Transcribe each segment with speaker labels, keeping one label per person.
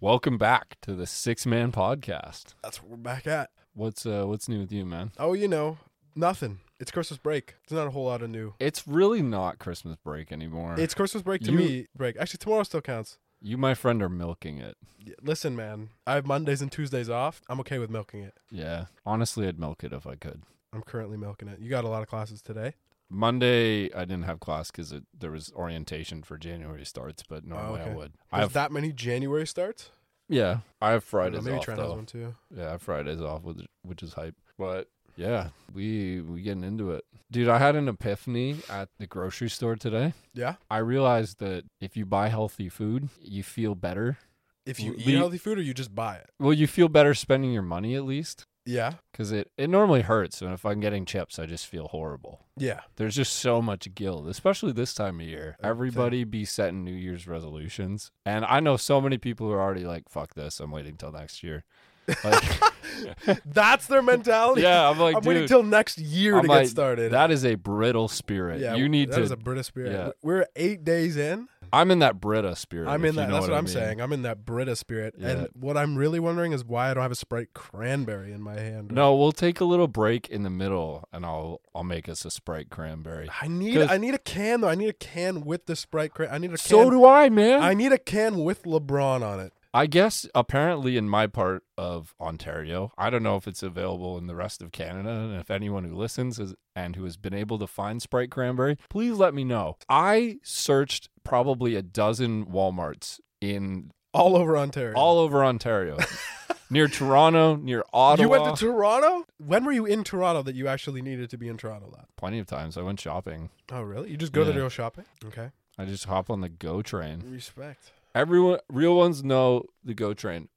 Speaker 1: Welcome back to the Six Man Podcast.
Speaker 2: That's what we're back at.
Speaker 1: What's uh, what's new with you, man?
Speaker 2: Oh, you know, nothing. It's Christmas break. There's not a whole lot of new.
Speaker 1: It's really not Christmas break anymore.
Speaker 2: It's Christmas break to
Speaker 1: You-
Speaker 2: me. Break. Actually, tomorrow still counts.
Speaker 1: you, my friend, are milking it.
Speaker 2: Y- Listen, man, I have Mondays and Tuesdays off. I'm okay with milking it.
Speaker 1: Yeah, honestly, I'd milk it if I could.
Speaker 2: I'm currently milking it. You got a lot of classes today.
Speaker 1: Monday, I didn't have class because there was orientation for January starts, but normally
Speaker 2: okay.
Speaker 1: I would. I
Speaker 2: There's
Speaker 1: have
Speaker 2: that many January starts.
Speaker 1: yeah, I have
Speaker 2: I don't know,
Speaker 1: Fridays
Speaker 2: maybe
Speaker 1: off
Speaker 2: Trent has
Speaker 1: though.
Speaker 2: one too.
Speaker 1: Yeah, I have Fridays off, which which is hype. But yeah, we we getting into it, dude. I had an epiphany at the grocery store today.
Speaker 2: Yeah.
Speaker 1: I realized that if you buy healthy food, you feel better.
Speaker 2: If you
Speaker 1: Le-
Speaker 2: eat healthy food or you just buy it.
Speaker 1: Well, you feel better spending your money at least
Speaker 2: Yeah.
Speaker 1: because it, it normally hurts. And if I'm getting chips, I just feel horrible.
Speaker 2: Yeah.
Speaker 1: There's just so much guilt, especially this time of year.
Speaker 2: Okay.
Speaker 1: Everybody be setting New Year's resolutions. And I know so many people who are already like, fuck this, I'm waiting till next year. Like,
Speaker 2: That's their mentality.
Speaker 1: yeah, I'm like,
Speaker 2: Oh, I'm
Speaker 1: dude,
Speaker 2: waiting till next year
Speaker 1: I'm
Speaker 2: to
Speaker 1: like,
Speaker 2: get started.
Speaker 1: that is a brittle spirit.
Speaker 2: yeah,
Speaker 1: you need
Speaker 2: that is
Speaker 1: to.
Speaker 2: a British spirit.
Speaker 1: yeah.
Speaker 2: We're eight days in.
Speaker 1: I'm in that Brita spirit.
Speaker 2: I'm
Speaker 1: if
Speaker 2: in
Speaker 1: you
Speaker 2: that.
Speaker 1: know
Speaker 2: That's what,
Speaker 1: I
Speaker 2: I'm
Speaker 1: mean.
Speaker 2: saying. I'm in that Brita spirit.
Speaker 1: Yeah.
Speaker 2: And what I'm really wondering is why I don't have a Sprite cranberry in my hand.
Speaker 1: No, we'll take a little break in the middle, and I'll I'll make us a Sprite cranberry.
Speaker 2: I need.
Speaker 1: 'Cause-
Speaker 2: I need a can though. I need a can with the Sprite. Cran- I need a can.
Speaker 1: So do I, man.
Speaker 2: I need a can with LeBron on it.
Speaker 1: I guess apparently in my part of Ontario, I don't know if it's available in the rest of Canada, and if anyone who listens is, and who has been able to find Sprite Cranberry, please let me know. I searched probably a dozen Walmarts in
Speaker 2: All over Ontario.
Speaker 1: all over Ontario, near Toronto, near Ottawa.
Speaker 2: You went to Toronto? When were you in Toronto that you actually needed to be in Toronto? That.
Speaker 1: plenty of times. I went shopping.
Speaker 2: Oh, really? You just go there
Speaker 1: Yeah.
Speaker 2: to go shopping? Okay.
Speaker 1: I just hop on the Go train.
Speaker 2: Respect.
Speaker 1: Everyone, real ones know the Go train.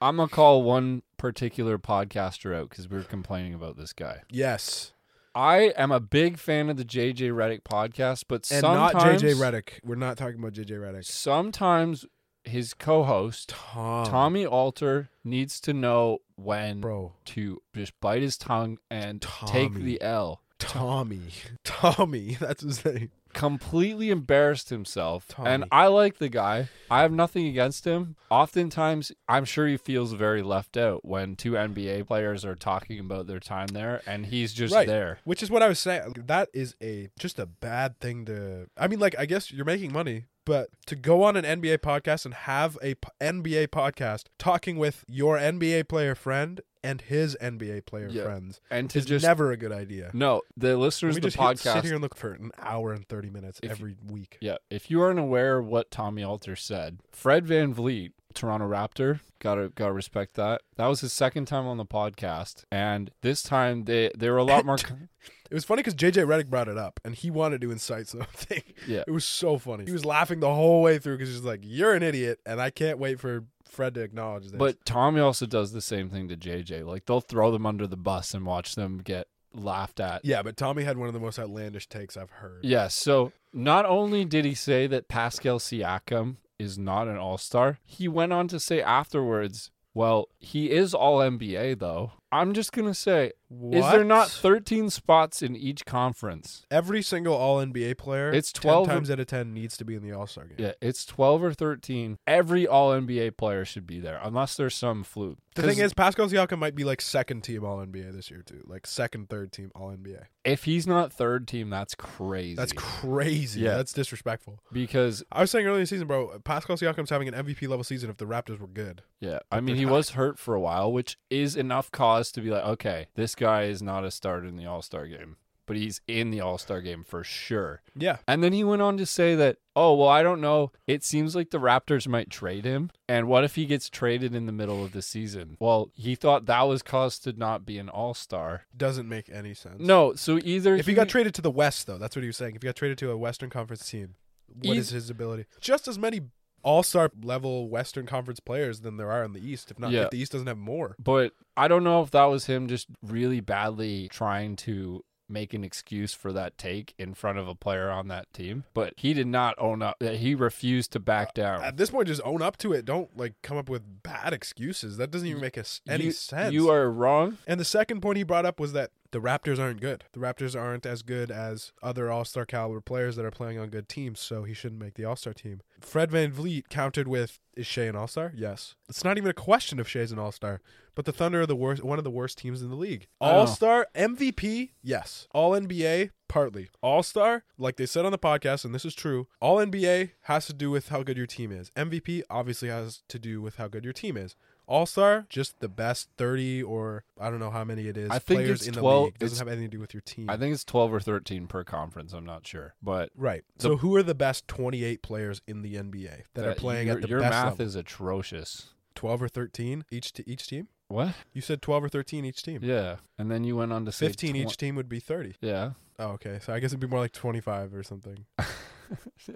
Speaker 1: I'm gonna call one particular podcaster out because we were complaining about this guy.
Speaker 2: Yes.
Speaker 1: I am a big fan of the JJ Reddick podcast, but
Speaker 2: And
Speaker 1: sometimes
Speaker 2: not JJ Redick. We're not talking about JJ Redick.
Speaker 1: Sometimes his co-host
Speaker 2: Tom.
Speaker 1: Tommy Alter needs to know when
Speaker 2: Oh. Bro.
Speaker 1: to just bite his tongue and take
Speaker 2: Tommy.
Speaker 1: the L.
Speaker 2: Tommy. Tommy. That's his name.
Speaker 1: Completely embarrassed himself, and
Speaker 2: Tommy.
Speaker 1: I like the guy. I have nothing against him. Oftentimes, I'm sure he feels very left out when two NBA players are talking about their time there, and he's just
Speaker 2: Right.
Speaker 1: there.
Speaker 2: Which is what I was saying. That is a just a bad thing to. I mean, like I guess you're making money, but to go on an NBA podcast and have a p- NBA podcast talking with your NBA player friend and his NBA player
Speaker 1: Yeah.
Speaker 2: friends
Speaker 1: And to
Speaker 2: is
Speaker 1: just
Speaker 2: never a good idea.
Speaker 1: no, the
Speaker 2: We
Speaker 1: listeners, of the
Speaker 2: just
Speaker 1: podcast.
Speaker 2: sit here and look for an hour and thirty minutes
Speaker 1: If-
Speaker 2: every week.
Speaker 1: Yeah, if you aren't aware of what Tommy Alter said, Fred Van Vliet, Toronto Raptor, gotta gotta respect that. That was his second time on the podcast, and this time they they were a lot more.
Speaker 2: It was funny because JJ Redick brought it up and he wanted to incite something.
Speaker 1: Yeah.
Speaker 2: It was so funny. He was laughing the whole way through because he's like, "You're an idiot," and I can't wait for Fred to acknowledge this.
Speaker 1: But Tommy also does the same thing to JJ. Like they'll throw them under the bus and watch them get laughed at.
Speaker 2: Yeah, but Tommy had one of the most outlandish takes I've heard.
Speaker 1: Yeah, so not only did he say that Pascal Siakam is not an all star, he went on to say afterwards, well, he is all NBA though. I'm just gonna say
Speaker 2: What?
Speaker 1: Is there not 13 spots in each conference?
Speaker 2: every single All NBA player?
Speaker 1: It's
Speaker 2: 10
Speaker 1: 12
Speaker 2: times out of ten needs to be in the All Star game.
Speaker 1: Yeah, it's 12 or 13. Every All NBA player should be there, unless there's some fluke.
Speaker 2: The thing
Speaker 1: 'Cause
Speaker 2: is, Pascal Siakam might be like second team All NBA this year too, like second, third team All NBA.
Speaker 1: if he's not third team, that's crazy.
Speaker 2: That's crazy.
Speaker 1: Yeah.
Speaker 2: that's disrespectful.
Speaker 1: because
Speaker 2: I was saying earlier in the season, bro, Pascal Siakam's having an MVP level season if the Raptors were good.
Speaker 1: yeah, I mean
Speaker 2: they're
Speaker 1: he
Speaker 2: not.
Speaker 1: was hurt for a while, which is enough cause to be like, okay, this guy is not a starter in the All Star game, but he's in the All Star game for sure.
Speaker 2: Yeah,
Speaker 1: And then he went on to say that, oh, well, I don't know. It seems like the Raptors might trade him. And what if he gets traded in the middle of the season? Well, he thought that was cause to not be an all star.
Speaker 2: doesn't make any sense.
Speaker 1: No, so either
Speaker 2: If he got traded to the West, though, that's what he was saying. If he got traded to a Western Conference team, what
Speaker 1: Eas-
Speaker 2: is his ability? Just as many All Star level Western Conference players than there are in the East. If not,
Speaker 1: Yeah.
Speaker 2: if the East doesn't have more,
Speaker 1: But I don't know if that was him just really badly trying to make an excuse for that take in front of a player on that team. But he did not own up. He refused to
Speaker 2: Uh,
Speaker 1: back down.
Speaker 2: at this point, just own up to it. Don't like come up with bad excuses. That doesn't even make us any
Speaker 1: You-
Speaker 2: sense.
Speaker 1: You are wrong.
Speaker 2: and the second point he brought up was that the Raptors aren't good. The Raptors aren't as good as other All Star caliber players that are playing on good teams, so he shouldn't make the All Star team. Fred Van Vliet countered with Is Shea an All Star? Yes. It's not even a question if Shea's an All Star, but the Thunder are the worst, one of the worst teams in the league.
Speaker 1: I know.
Speaker 2: All Star MVP? Yes. All NBA? Partly. All Star? Like they said on the podcast, and this is true, All NBA has to do with how good your team is. MVP obviously has to do with how good your team is. All Star, just the best thirty or I don't know how many it is.
Speaker 1: I think
Speaker 2: players
Speaker 1: it's
Speaker 2: in the
Speaker 1: 12
Speaker 2: league doesn't
Speaker 1: it's-
Speaker 2: have anything to do with your team.
Speaker 1: I think it's 12 or 13 per conference. I'm not sure. But
Speaker 2: right.
Speaker 1: the-
Speaker 2: so who are the best twenty eight players in the NBA that, are
Speaker 1: that-
Speaker 2: playing
Speaker 1: your,
Speaker 2: at the
Speaker 1: Your
Speaker 2: best
Speaker 1: math
Speaker 2: level?
Speaker 1: is atrocious.
Speaker 2: twelve or thirteen each to each team?
Speaker 1: What?
Speaker 2: You said twelve or thirteen each team.
Speaker 1: Yeah. And then you went on to say
Speaker 2: Fifteen
Speaker 1: twen-
Speaker 2: each team would be thirty.
Speaker 1: Yeah.
Speaker 2: Oh, okay. So I guess it'd be more like twenty five or something.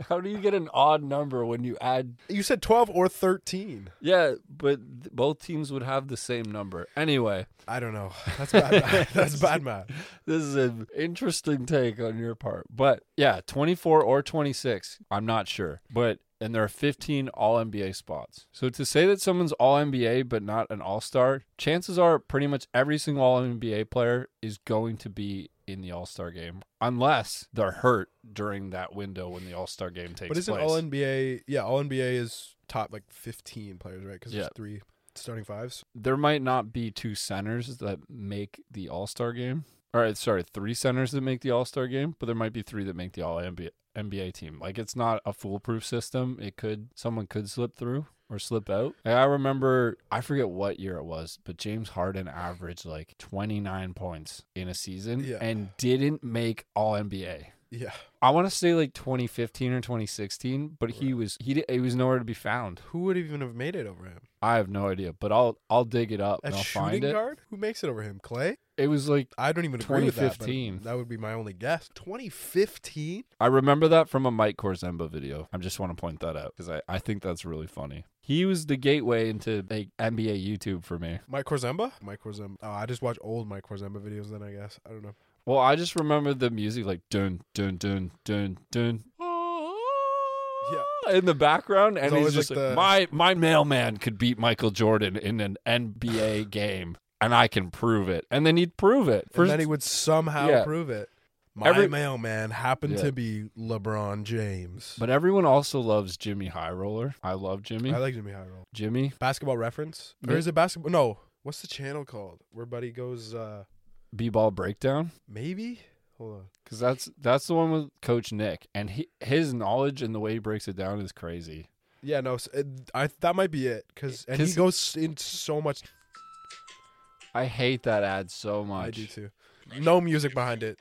Speaker 1: How do you get an odd number when you add?
Speaker 2: You said twelve or thirteen.
Speaker 1: Yeah, but th- both teams would have the same number. Anyway,
Speaker 2: I don't know. That's bad. math. That's bad math.
Speaker 1: this is an interesting take on your part. But yeah, 24 or 26, I'm not sure. But and there are 15 all NBA spots. So to say that someone's all NBA but not an all-star, chances are pretty much every single all NBA player is going to be in the all-star game unless they're hurt during that window when the all-star game takes
Speaker 2: But isn't
Speaker 1: place.
Speaker 2: all NBA? Yeah, all NBA is top like fifteen players, right? Because
Speaker 1: Yeah.
Speaker 2: there's three starting fives.
Speaker 1: there might not be two centers that make the All Star game. All right, sorry, three centers that make the All Star game, but there might be three that make the All NBA, NBA team. Like it's not a foolproof system. It could someone could slip through or slip out. Like, I remember I forget what year it was, but James Harden averaged like 29 points in a season
Speaker 2: Yeah.
Speaker 1: and didn't make All NBA.
Speaker 2: Yeah.
Speaker 1: I want to say like 2015 or 2016, but he was he di- he was nowhere to be found.
Speaker 2: Who would even have made it over him?
Speaker 1: I have no idea, but I'll I'll dig it up
Speaker 2: A
Speaker 1: and I'll
Speaker 2: shooting
Speaker 1: find it.
Speaker 2: guard? Who makes it over him? Clay?
Speaker 1: It was like
Speaker 2: I don't even agree with that. but
Speaker 1: 2015.
Speaker 2: That would be my only guess. 2015?
Speaker 1: I remember that from a Mike Corzembo video. I just want to point that out because I, I think that's really funny. He was the gateway into like NBA YouTube for me.
Speaker 2: Mike Corzemba? Mike Corzemba. Oh, I just watch old Mike Corzemba videos then, I guess. I don't know.
Speaker 1: Well, I just remember the music like dun dun dun dun dun. ah, In the background, and
Speaker 2: It's
Speaker 1: he's
Speaker 2: always
Speaker 1: just like,
Speaker 2: like the-
Speaker 1: my my mailman could beat Michael Jordan in an NBA game, and I can prove it. And then he'd prove it.
Speaker 2: and then he would somehow
Speaker 1: Yeah.
Speaker 2: prove it. My
Speaker 1: Every-
Speaker 2: mailman happened
Speaker 1: Yeah.
Speaker 2: to be LeBron James.
Speaker 1: but everyone also loves Jimmy High Roller. I love Jimmy.
Speaker 2: I like Jimmy Hyrule.
Speaker 1: Jimmy
Speaker 2: Basketball reference? Or
Speaker 1: Yeah.
Speaker 2: is it basketball? No. What's the channel called? Where Buddy goes, uh,
Speaker 1: B Ball Breakdown.
Speaker 2: maybe? Hold on.
Speaker 1: Cause that's that's the one with Coach Nick, and he, his knowledge and the way he breaks it down is crazy.
Speaker 2: Yeah, no, s- it, I that might be it because and he
Speaker 1: 'Cause-
Speaker 2: goes in so much.
Speaker 1: I hate that ad so
Speaker 2: I
Speaker 1: much.
Speaker 2: do too. No music behind it.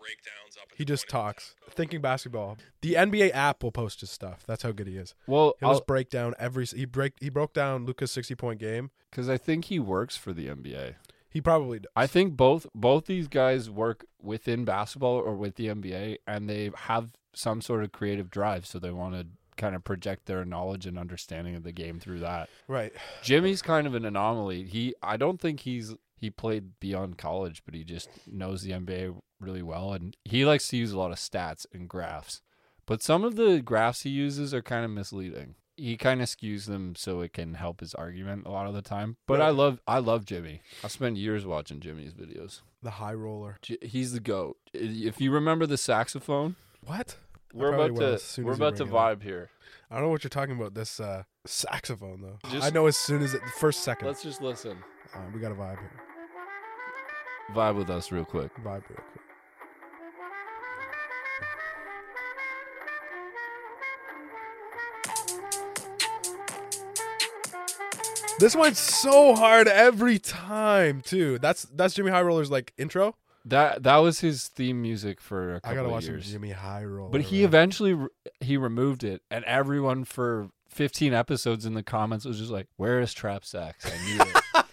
Speaker 2: He just talks, thinking basketball. The NBA app will post his stuff. That's how good he is.
Speaker 1: Well,
Speaker 2: He'll just break down every. s- He break. He broke down Luca's sixty point game.
Speaker 1: because I think he works for the NBA.
Speaker 2: He probably. d-
Speaker 1: I think both both these guys work within basketball or with the NBA, and they have some sort of creative drive, so they want to kind of project their knowledge and understanding of the game through that.
Speaker 2: Right.
Speaker 1: Jimmy's kind of an anomaly. He I don't think he's he played beyond college, but he just knows the NBA really well and he likes to use a lot of stats and graphs. But some of the graphs he uses are kind of misleading. He kind of skews them so it can help his argument a lot of the time. But I
Speaker 2: Right.
Speaker 1: love I love Jimmy. I spend years watching Jimmy's videos.
Speaker 2: The high roller.
Speaker 1: J- He's the goat. If you remember the saxophone,
Speaker 2: What? I
Speaker 1: we're
Speaker 2: probably
Speaker 1: about
Speaker 2: will
Speaker 1: to
Speaker 2: as soon
Speaker 1: we're
Speaker 2: as you
Speaker 1: about to
Speaker 2: bring it up.
Speaker 1: vibe here.
Speaker 2: I don't know what you're talking about. This uh, saxophone though.
Speaker 1: Just-
Speaker 2: I know as soon as it, the first second.
Speaker 1: Let's just listen.
Speaker 2: Uh, we got a vibe here.
Speaker 1: Vibe with us real quick.
Speaker 2: Vibe real quick. This one's so hard every time, too. That's that's Jimmy High Roller's like intro.
Speaker 1: That that was his theme music for a
Speaker 2: I
Speaker 1: couple
Speaker 2: gotta
Speaker 1: of
Speaker 2: watch some
Speaker 1: years.
Speaker 2: Jimmy High Roller.
Speaker 1: But he eventually re- he removed it, and everyone for 15 episodes in the comments was just like, "Where is Trap Sax?" I knew it.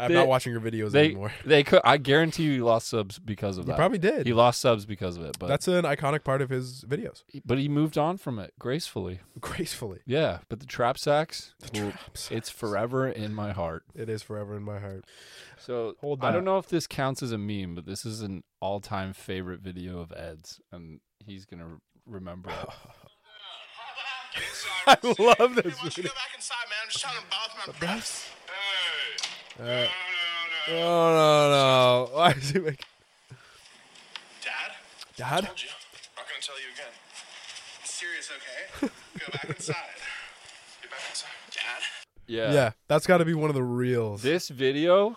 Speaker 2: I'm
Speaker 1: they-
Speaker 2: not watching your videos
Speaker 1: they
Speaker 2: anymore.
Speaker 1: they could. I guarantee you, he lost subs because of
Speaker 2: He
Speaker 1: that.
Speaker 2: probably did.
Speaker 1: he lost subs because of it, but
Speaker 2: that's an iconic part of his videos.
Speaker 1: but he moved on from it gracefully.
Speaker 2: Gracefully.
Speaker 1: Yeah, but the Trap Sax, will-
Speaker 2: Traps.
Speaker 1: it's forever in my heart.
Speaker 2: It is forever in my heart.
Speaker 1: So
Speaker 2: Hold
Speaker 1: I
Speaker 2: that.
Speaker 1: don't know if this counts as a meme, but this is an all-time favorite video of Ed's, and he's gonna remember it.
Speaker 2: I
Speaker 3: I
Speaker 2: love this
Speaker 3: Why don't you
Speaker 2: video.
Speaker 3: go back inside, man? I'm just trying to balance my breath. Hey.
Speaker 2: Uh,
Speaker 3: No, no, no.
Speaker 2: Oh no no! Why is he making?
Speaker 3: I
Speaker 2: Dad?
Speaker 3: told you. Not gonna tell you again. It's serious, okay? Go back inside. Get back inside. Dad?
Speaker 1: Yeah.
Speaker 2: Yeah, that's got to be one of the reels.
Speaker 1: This video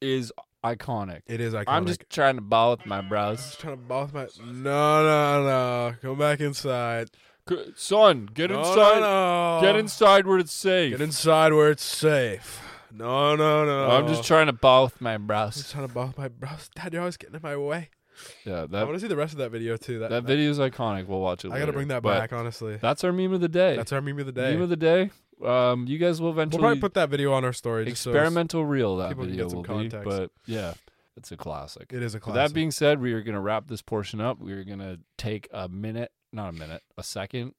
Speaker 1: is iconic.
Speaker 2: it is iconic.
Speaker 1: I'm just trying to ball with my bros.
Speaker 2: Just trying to both my. No, no, no. Go back inside.
Speaker 1: C- Son, get
Speaker 2: No,
Speaker 1: inside.
Speaker 2: no, no.
Speaker 1: Get inside where it's safe.
Speaker 2: Get inside where it's safe. No, no, no.
Speaker 1: I'm just trying to ball with my bros.
Speaker 2: just trying to both my bros. Dad, you're always getting in my way.
Speaker 1: Yeah,
Speaker 2: I
Speaker 1: that
Speaker 2: want to see the rest of that video too. That,
Speaker 1: that video is iconic. We'll watch it.
Speaker 2: I gotta
Speaker 1: later.
Speaker 2: bring that
Speaker 1: But
Speaker 2: back. Honestly,
Speaker 1: That's our meme of the day.
Speaker 2: that's our meme of the day.
Speaker 1: Meme of the day. Um, you guys will
Speaker 2: we'll
Speaker 1: eventually
Speaker 2: probably put that video on our story. just so it's-
Speaker 1: experimental reel that
Speaker 2: people can
Speaker 1: video
Speaker 2: get some
Speaker 1: will
Speaker 2: context.
Speaker 1: be, but yeah, it's a classic.
Speaker 2: it is a
Speaker 1: With
Speaker 2: classic.
Speaker 1: That being said, we are going to wrap this portion up. We are going to take a minute, not a minute, a second.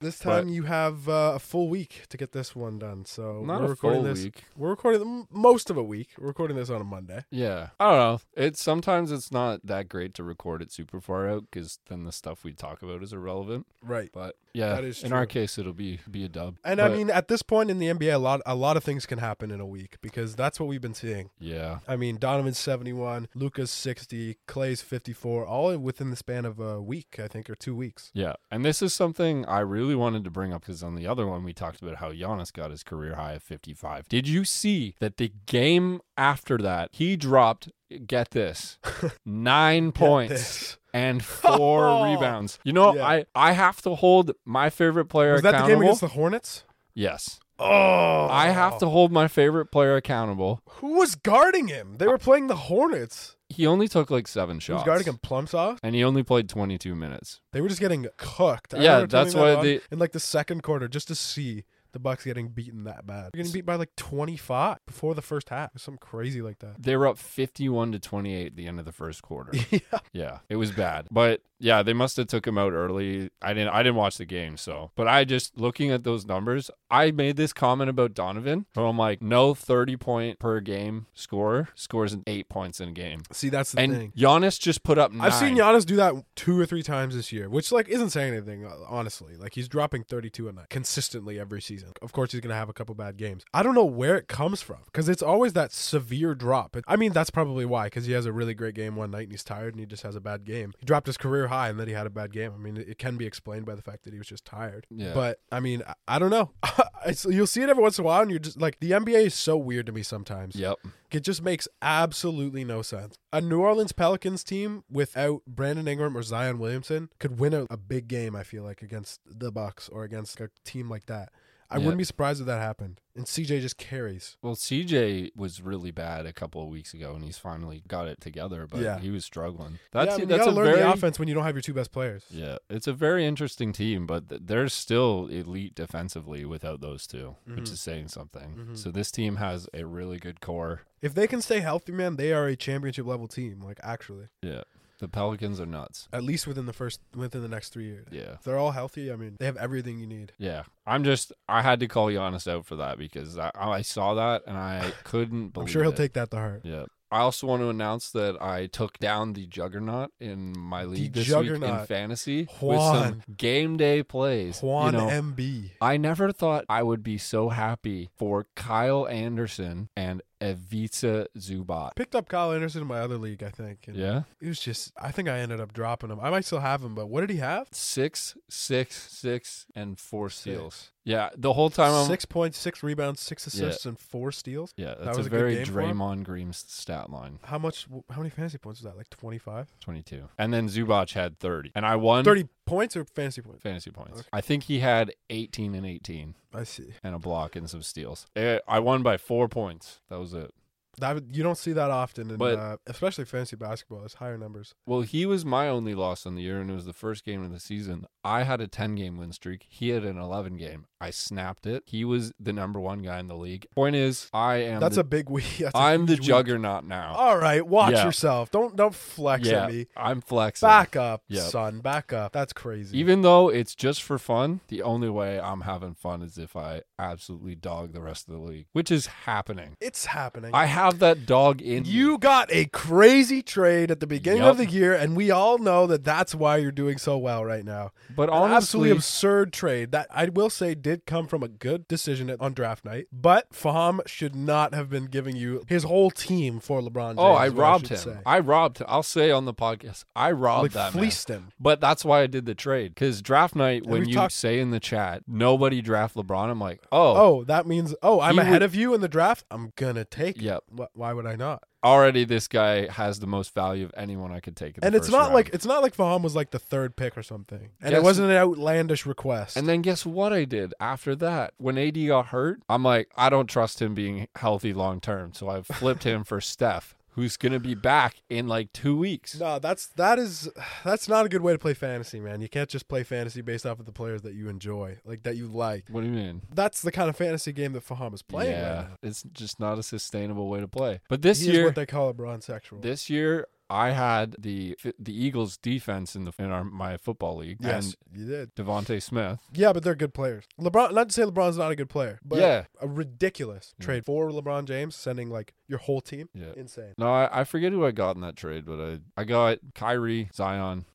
Speaker 2: this
Speaker 1: but-
Speaker 2: time you have uh, a full week to get this one done. So
Speaker 1: Not
Speaker 2: we're
Speaker 1: a
Speaker 2: recording
Speaker 1: full
Speaker 2: this.
Speaker 1: week.
Speaker 2: We're recording m- most of a week. We're recording this on a Monday.
Speaker 1: Yeah. I don't know. It's sometimes it's not that great to record it super far out because then the stuff we talk about is irrelevant.
Speaker 2: Right.
Speaker 1: But yeah,
Speaker 2: That is
Speaker 1: in our
Speaker 2: true.
Speaker 1: case, it'll be be a dub.
Speaker 2: And I
Speaker 1: But,
Speaker 2: mean, at this point in the NBA, a lot a lot of things can happen in a week because that's what we've been seeing.
Speaker 1: yeah,
Speaker 2: I mean, Donovan's 71, Luca's 60, Clay's 54, all within the span of a week, I think, or two weeks.
Speaker 1: yeah. And this is something I really wanted to bring up because on the other one we talked about how Giannis got his career high of 55. Did you see that the game after that he dropped? Get this, nine
Speaker 2: Get
Speaker 1: points.
Speaker 2: this.
Speaker 1: and four rebounds. You know,
Speaker 2: Yeah.
Speaker 1: I I have to hold my favorite player
Speaker 2: Was that the
Speaker 1: accountable.
Speaker 2: game against the Hornets?
Speaker 1: yes,
Speaker 2: Oh.
Speaker 1: I have to hold my favorite player accountable.
Speaker 2: Who was guarding him? They were playing the Hornets.
Speaker 1: He only took like seven
Speaker 2: Who was
Speaker 1: shots,
Speaker 2: guarding him? Plum Sauce?
Speaker 1: and he only played 22 minutes.
Speaker 2: They were just getting cooked.
Speaker 1: Yeah,
Speaker 2: remember turning
Speaker 1: that's
Speaker 2: that
Speaker 1: why
Speaker 2: on
Speaker 1: they-
Speaker 2: in like the second quarter just to see the Bucks getting beaten that bad. You're getting beat by like 25 before the first half. Something crazy like that.
Speaker 1: They were up 51 to 28 at the end of the first quarter.
Speaker 2: yeah.
Speaker 1: yeah, it was bad. But yeah, they must have took him out early. I didn't I didn't watch the game, so. But I just looking at those numbers, I made this comment about Donovan. So I'm like, no 30 point per game scorer scores an 8 points in a game.
Speaker 2: See, that's the
Speaker 1: And
Speaker 2: thing.
Speaker 1: Giannis just put up nine.
Speaker 2: I've seen Giannis do that two or three times this year, which like isn't saying anything uh, honestly. Like he's dropping 32 a night consistently every season. Of course, he's gonna have a couple bad games. I don't know where it comes from because it's always that severe drop. I mean, that's probably why because he has a really great game one night and he's tired and he just has a bad game. He dropped his career high and then he had a bad game. I mean, it it can be explained by the fact that he was just tired.
Speaker 1: Yeah.
Speaker 2: But I mean, I, I don't know. it's, you'll see it every once in a while, and you're just like the NBA is so weird to me sometimes.
Speaker 1: Yep.
Speaker 2: It just makes absolutely no sense. A New Orleans Pelicans team without Brandon Ingram or Zion Williamson could win a, a big game, I feel like, against the Bucks or against a team like that. I
Speaker 1: Yeah.
Speaker 2: wouldn't be surprised if that happened. And CJ just carries.
Speaker 1: Well, CJ was really bad a couple of weeks ago, and he's finally got it together. But
Speaker 2: Yeah.
Speaker 1: he was struggling. That's
Speaker 2: yeah, I mean,
Speaker 1: that's
Speaker 2: you
Speaker 1: a
Speaker 2: gotta learn
Speaker 1: very
Speaker 2: the offense when you don't have your two best players.
Speaker 1: yeah, it's a very interesting team, but th- they're still elite defensively without those 2 which
Speaker 2: Mhm.
Speaker 1: is saying something.
Speaker 2: Mhm.
Speaker 1: So this team has a really good core.
Speaker 2: If they can stay healthy, man, they are a championship level team. Like actually,
Speaker 1: Yeah, the Pelicans are nuts.
Speaker 2: at least within the first within the next three years.
Speaker 1: Yeah.
Speaker 2: If they're all healthy, I mean, they have everything you need.
Speaker 1: Yeah, I'm just. I had to call Giannis out for that because I, I saw that and I couldn't believe.
Speaker 2: I'm sure he'll
Speaker 1: it.
Speaker 2: take that to heart.
Speaker 1: Yeah. I also want to announce that I took down the juggernaut in my league this week in
Speaker 2: juggernaut.
Speaker 1: fantasy with
Speaker 2: Juan.
Speaker 1: some game day plays.
Speaker 2: Juan
Speaker 1: you know,
Speaker 2: MB.
Speaker 1: I never thought I would be so happy for Kyle Anderson and Evita Zubat.
Speaker 2: Picked up Kyle Anderson in my other league, I think. and-
Speaker 1: Yeah,
Speaker 2: It was just, I think I ended up dropping him. I might still have him, but what did he have?
Speaker 1: six, six, six, and four steals.
Speaker 2: Six.
Speaker 1: Yeah, the whole time I'm.
Speaker 2: Six points, six rebounds, six
Speaker 1: Yeah.
Speaker 2: assists, and four steals.
Speaker 1: Yeah,
Speaker 2: That
Speaker 1: that's
Speaker 2: was
Speaker 1: a
Speaker 2: a good
Speaker 1: very
Speaker 2: game for him?
Speaker 1: Draymond Green stat line,
Speaker 2: How much? How many fantasy points was that? Like 25?
Speaker 1: 22. And then Zubac had 30. And I won
Speaker 2: 30 points or fantasy points?
Speaker 1: fantasy points.
Speaker 2: Okay.
Speaker 1: I think he had 18 and 18.
Speaker 2: I see.
Speaker 1: and a block and some steals. Eh, I won by four points. That was it.
Speaker 2: That would- you don't see that often, in,
Speaker 1: But-
Speaker 2: uh, especially fantasy basketball. It's higher numbers.
Speaker 1: Well, he was my only loss on the year, and it was the first game of the season. I had a 10 game win streak. He had an 11 game. I snapped it. He was the number one guy in the league. Point is, I am.
Speaker 2: That's
Speaker 1: the,
Speaker 2: a big week. That's a
Speaker 1: I'm the
Speaker 2: huge Oh, week.
Speaker 1: juggernaut now.
Speaker 2: All right, watch
Speaker 1: Yeah.
Speaker 2: yourself. Don't don't flex
Speaker 1: yeah,
Speaker 2: at me.
Speaker 1: I'm flexing.
Speaker 2: Back up,
Speaker 1: Yeah.
Speaker 2: son. Back up. That's crazy.
Speaker 1: Even though it's just for fun, the only way I'm having fun is if I absolutely dog the rest of the league, which is happening.
Speaker 2: it's happening.
Speaker 1: I have have that dog in
Speaker 2: You got a crazy trade at the beginning of the
Speaker 1: Yup.
Speaker 2: year, and we all know that that's why you're doing so well right now.
Speaker 1: But
Speaker 2: An
Speaker 1: honestly,
Speaker 2: absolutely absurd trade that I will say did come from a good decision at- on draft night. But Faham should not have been giving you his whole team for LeBron. James,
Speaker 1: oh, I
Speaker 2: is what
Speaker 1: robbed
Speaker 2: should
Speaker 1: him.
Speaker 2: say.
Speaker 1: I robbed him. I'll say on the podcast, I robbed
Speaker 2: like
Speaker 1: that man.
Speaker 2: fleeced him.
Speaker 1: But that's why I did the trade because draft night, when
Speaker 2: we've
Speaker 1: you
Speaker 2: talked-
Speaker 1: say in the chat, nobody draft LeBron, I'm like, oh,
Speaker 2: Oh, that means oh, I'm
Speaker 1: He
Speaker 2: ahead
Speaker 1: would-
Speaker 2: of you in the draft. I'm gonna take. it.
Speaker 1: Yep.
Speaker 2: Wh- Why would I not?
Speaker 1: already this guy has the most value of anyone I could take. in the
Speaker 2: and it's
Speaker 1: first
Speaker 2: not
Speaker 1: round.
Speaker 2: like it's not like Faham was like the third pick or something, and it
Speaker 1: Guess-
Speaker 2: wasn't an outlandish request.
Speaker 1: And then guess what I did after that? When AD got hurt, I'm like, I don't trust him being healthy long term. So I flipped him for Steph, who's going to be back in like two weeks.
Speaker 2: No, that's that is that's not a good way to play fantasy, man. You can't just play fantasy based off of the players that you enjoy, like that you like.
Speaker 1: What do you mean?
Speaker 2: That's the kind of fantasy game that Faham is playing.
Speaker 1: yeah,
Speaker 2: right now.
Speaker 1: it's just not a sustainable way to play. But this
Speaker 2: He is
Speaker 1: year,
Speaker 2: what they call a bronze sexual.
Speaker 1: This year, I had the the Eagles defense in the in our, my football league
Speaker 2: yes, you did.
Speaker 1: and Devonte Smith.
Speaker 2: Yeah, but they're good players. LeBron, not to say LeBron's not a good player, but
Speaker 1: Yeah. Mm.
Speaker 2: a ridiculous trade for LeBron James, sending like your whole team,
Speaker 1: Yeah.
Speaker 2: insane.
Speaker 1: No, I, I forget who I got in that trade, but I I got Kyrie, Zion.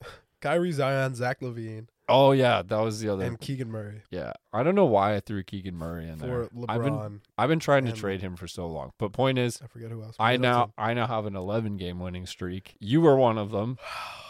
Speaker 2: Kyrie, Zion, Zach Levine,
Speaker 1: Oh yeah, that was the other.
Speaker 2: and Keegan Murray
Speaker 1: yeah, I don't know why I threw Keegan Murray in
Speaker 2: for
Speaker 1: there. I've been
Speaker 2: LeBron.
Speaker 1: I've been trying to
Speaker 2: and-
Speaker 1: trade him for so long, but point is,
Speaker 2: I forget who else.
Speaker 1: I
Speaker 2: Middleton.
Speaker 1: now I now have an 11 game winning streak. You were one of them,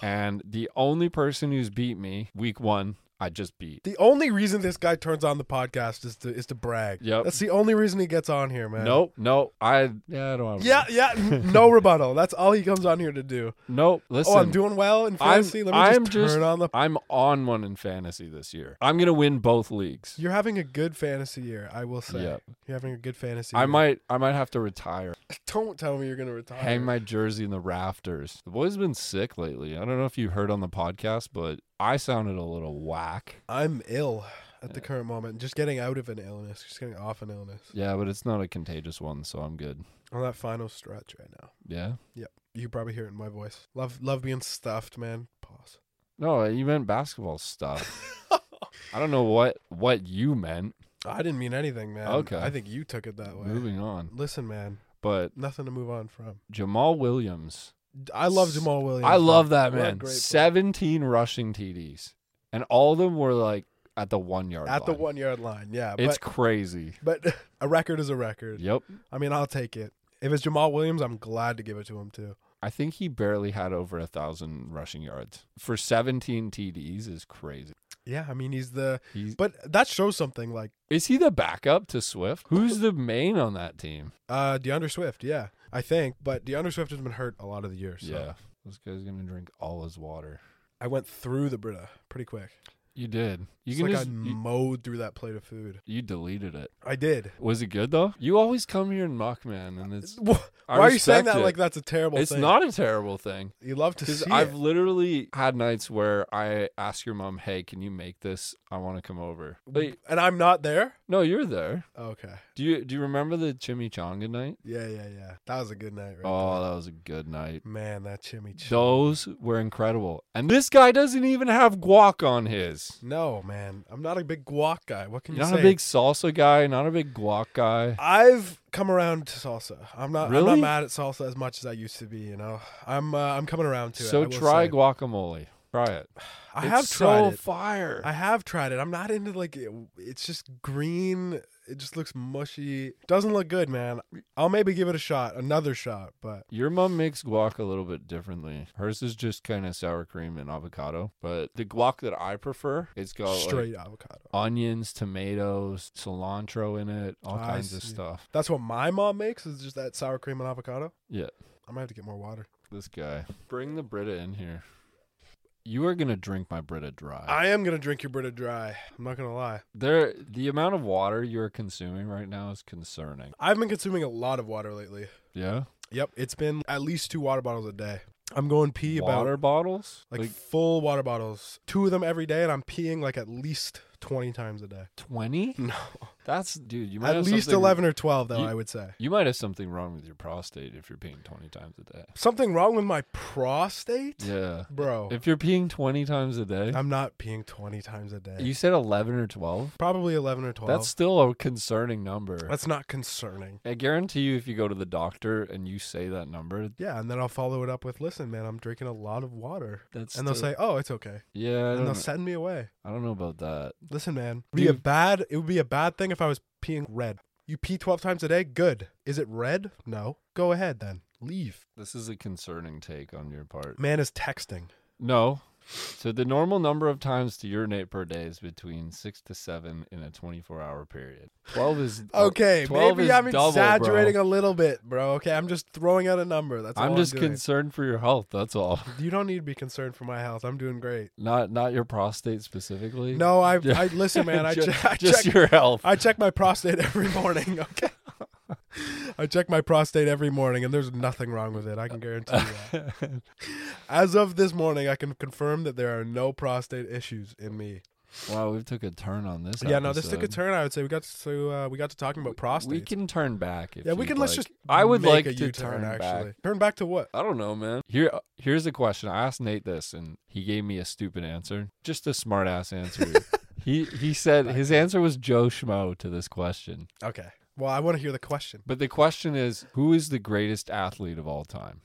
Speaker 1: and the only person who's beat me week one, I just beat.
Speaker 2: The only reason this guy turns on the podcast is to is to brag.
Speaker 1: Yep.
Speaker 2: That's the only reason he gets on here, man.
Speaker 1: Nope, nope. I yeah, I don't. wanna-
Speaker 2: Yeah, yeah. n- No rebuttal. That's all he comes on here to do.
Speaker 1: Nope. Listen.
Speaker 2: oh, I'm doing well in
Speaker 1: I'm-
Speaker 2: fantasy. Let me
Speaker 1: I'm
Speaker 2: just turn
Speaker 1: just-
Speaker 2: on the.
Speaker 1: I'm on one in fantasy this year. I'm gonna win both leagues.
Speaker 2: You're having a good fantasy year, I will say.
Speaker 1: Yep.
Speaker 2: You're having a good fantasy.
Speaker 1: I
Speaker 2: year.
Speaker 1: might I might have to retire.
Speaker 2: Don't tell me you're gonna retire.
Speaker 1: Hang my jersey in the rafters. The boy's been sick lately. I don't know if you heard on the podcast, but I sounded a little whack.
Speaker 2: I'm ill at the current moment. Just getting out of an illness. Just getting off an illness
Speaker 1: Yeah, but it's not a contagious one, so I'm good.
Speaker 2: on that final stretch right now.
Speaker 1: Yeah.
Speaker 2: You can probably hear it in my voice. Love, love being stuffed, man. Pause.
Speaker 1: No, you meant basketball stuff. I don't know what what you meant.
Speaker 2: I didn't mean anything, man.
Speaker 1: Okay.
Speaker 2: I think you took it that way.
Speaker 1: Moving on,
Speaker 2: Listen, man.
Speaker 1: but
Speaker 2: Nothing to move on from.
Speaker 1: Jamal Williams.
Speaker 2: I love Jamal Williams.
Speaker 1: I love that
Speaker 2: What a
Speaker 1: man.
Speaker 2: great player.
Speaker 1: 17 rushing TDs, and all of them were like at the one yard
Speaker 2: at the
Speaker 1: line.
Speaker 2: one yard line. Yeah,
Speaker 1: It's
Speaker 2: but
Speaker 1: crazy.
Speaker 2: but a record is a record.
Speaker 1: Yep.
Speaker 2: I mean, I'll take it. If it's Jamal Williams, I'm glad to give it to him too.
Speaker 1: I think he barely had over a thousand rushing yards for 17 TDs is crazy.
Speaker 2: Yeah, I mean he's the.
Speaker 1: He's,
Speaker 2: But that shows something. Like
Speaker 1: is he the backup to Swift? Who's the main on that team?
Speaker 2: uh DeAndre Swift. Yeah, I think. But DeAndre Swift has been hurt a lot of the years. So
Speaker 1: Yeah, this guy's gonna drink all his water.
Speaker 2: I went through the Brita pretty quick.
Speaker 1: You did. You
Speaker 2: It's
Speaker 1: can
Speaker 2: like
Speaker 1: just,
Speaker 2: I
Speaker 1: you,
Speaker 2: mowed through that plate of food.
Speaker 1: you deleted it.
Speaker 2: I did.
Speaker 1: Was it good though? You always come here and mock man, and it's
Speaker 2: Why
Speaker 1: I
Speaker 2: are you
Speaker 1: respect
Speaker 2: saying that
Speaker 1: it.
Speaker 2: like that's a terrible
Speaker 1: it's
Speaker 2: thing?
Speaker 1: not a terrible thing.
Speaker 2: You love to
Speaker 1: Because
Speaker 2: see
Speaker 1: I've
Speaker 2: it.
Speaker 1: literally had nights where I ask your mom, "Hey, can you make this? I want to come over." Wait,
Speaker 2: and I'm not there.
Speaker 1: no, you're there.
Speaker 2: Okay.
Speaker 1: Do you do you remember the chimichanga night?
Speaker 2: Yeah, yeah, yeah. That was a good night, right?
Speaker 1: Oh, that was a good night.
Speaker 2: Man, that chimichanga.
Speaker 1: Those were incredible. And this guy doesn't even have guac on his.
Speaker 2: No, man. I'm not a big guac guy. What can you
Speaker 1: Not
Speaker 2: say?
Speaker 1: a big salsa guy, not a big guac guy.
Speaker 2: I've come around to salsa. I'm not I'm
Speaker 1: Really?
Speaker 2: not mad at salsa as much as I used to be, you know. I'm uh, I'm coming around to it. I
Speaker 1: So
Speaker 2: will
Speaker 1: try
Speaker 2: say.
Speaker 1: guacamole. Try it.
Speaker 2: I
Speaker 1: It's
Speaker 2: have tried
Speaker 1: so
Speaker 2: it.
Speaker 1: fire.
Speaker 2: I have tried it. I'm not into like it, it's just green. It just looks mushy. Doesn't look good, man. I'll maybe give it a shot, another shot, but
Speaker 1: Your mom makes guac a little bit differently. Hers is just kind of sour cream and avocado, but the guac that I prefer, it's got Oh, like,
Speaker 2: straight avocado.
Speaker 1: onions, tomatoes, cilantro in it, all
Speaker 2: I
Speaker 1: kinds of
Speaker 2: see.
Speaker 1: stuff.
Speaker 2: That's what my mom makes is just that sour cream and avocado.
Speaker 1: Yeah,
Speaker 2: I might have to get more water.
Speaker 1: this guy. Bring the Brita in here. You are gonna drink my Brita dry.
Speaker 2: I am gonna drink your Brita dry. I'm not gonna lie.
Speaker 1: there, the amount of water you're consuming right now is concerning.
Speaker 2: I've been consuming a lot of water lately.
Speaker 1: Yeah,
Speaker 2: Yep, it's been at least two water bottles a day. I'm going pee
Speaker 1: water
Speaker 2: about
Speaker 1: bottles,
Speaker 2: like, full water bottles, two of them every day, and I'm peeing like at least twenty times a day.
Speaker 1: twenty.
Speaker 2: No,
Speaker 1: That's dude. You might
Speaker 2: At
Speaker 1: have
Speaker 2: least
Speaker 1: something-
Speaker 2: eleven or twelve, though
Speaker 1: you-
Speaker 2: I would say.
Speaker 1: You might have something wrong with your prostate if you're peeing twenty times a day.
Speaker 2: Something wrong with my prostate,
Speaker 1: Yeah.
Speaker 2: bro.
Speaker 1: If you're peeing twenty times a day,
Speaker 2: I'm not peeing twenty times a day.
Speaker 1: you said eleven or twelve.
Speaker 2: Probably eleven or twelve.
Speaker 1: That's still a concerning number.
Speaker 2: that's not concerning.
Speaker 1: I guarantee you, if you go to the doctor and you say that number,
Speaker 2: Yeah, and then I'll follow it up with, "Listen, man, I'm drinking a lot of water,"
Speaker 1: that's
Speaker 2: and they'll
Speaker 1: still-
Speaker 2: say, "Oh, it's okay,"
Speaker 1: yeah, I
Speaker 2: and
Speaker 1: don't,
Speaker 2: they'll
Speaker 1: know,
Speaker 2: send me away.
Speaker 1: I don't know about that.
Speaker 2: Listen, man, it'd be a
Speaker 1: Dude.
Speaker 2: bad. It would be a bad thing if I was peeing red. You pee twelve times a day. Good. Is it red? No. Go ahead then. Leave.
Speaker 1: This is a concerning take on your part.
Speaker 2: Man is texting.
Speaker 1: No. So the normal number of times to urinate per day is between six to seven in a 24-hour period. Twelve is
Speaker 2: Okay,
Speaker 1: 12
Speaker 2: maybe
Speaker 1: is
Speaker 2: I'm
Speaker 1: double, bro.
Speaker 2: exaggerating a little bit, bro. Okay, I'm just throwing out a number. That's all
Speaker 1: I'm just
Speaker 2: doing.
Speaker 1: concerned for your health. That's all.
Speaker 2: You don't need to be concerned for my health. I'm doing great.
Speaker 1: Not not your prostate specifically.
Speaker 2: No, I,
Speaker 1: Yeah.
Speaker 2: I listen, man. I,
Speaker 1: just,
Speaker 2: check, I
Speaker 1: just
Speaker 2: check,
Speaker 1: your health.
Speaker 2: I check my prostate every morning. Okay, I check my prostate every morning, and there's nothing wrong with it. I can guarantee you. that. As of this morning, I can confirm that there are no prostate issues in me.
Speaker 1: wow, we took a turn on this.
Speaker 2: Yeah, no, this took a
Speaker 1: episode.
Speaker 2: turn. I would say we got to uh, we got to talking about prostate.
Speaker 1: We can turn back. If
Speaker 2: yeah, we
Speaker 1: you'd
Speaker 2: can. Let's
Speaker 1: like.
Speaker 2: just.
Speaker 1: I would
Speaker 2: make
Speaker 1: like
Speaker 2: a
Speaker 1: to
Speaker 2: U-turn,
Speaker 1: turn
Speaker 2: actually.
Speaker 1: back.
Speaker 2: Turn back to what?
Speaker 1: I don't know, man. Here, here's a question. I asked Nate this, and he gave me a stupid answer, just a smart ass answer. he he said his answer was Joe Schmo to this question,
Speaker 2: Okay. Well, I want to hear the question.
Speaker 1: but the question is, who is the greatest athlete of all time?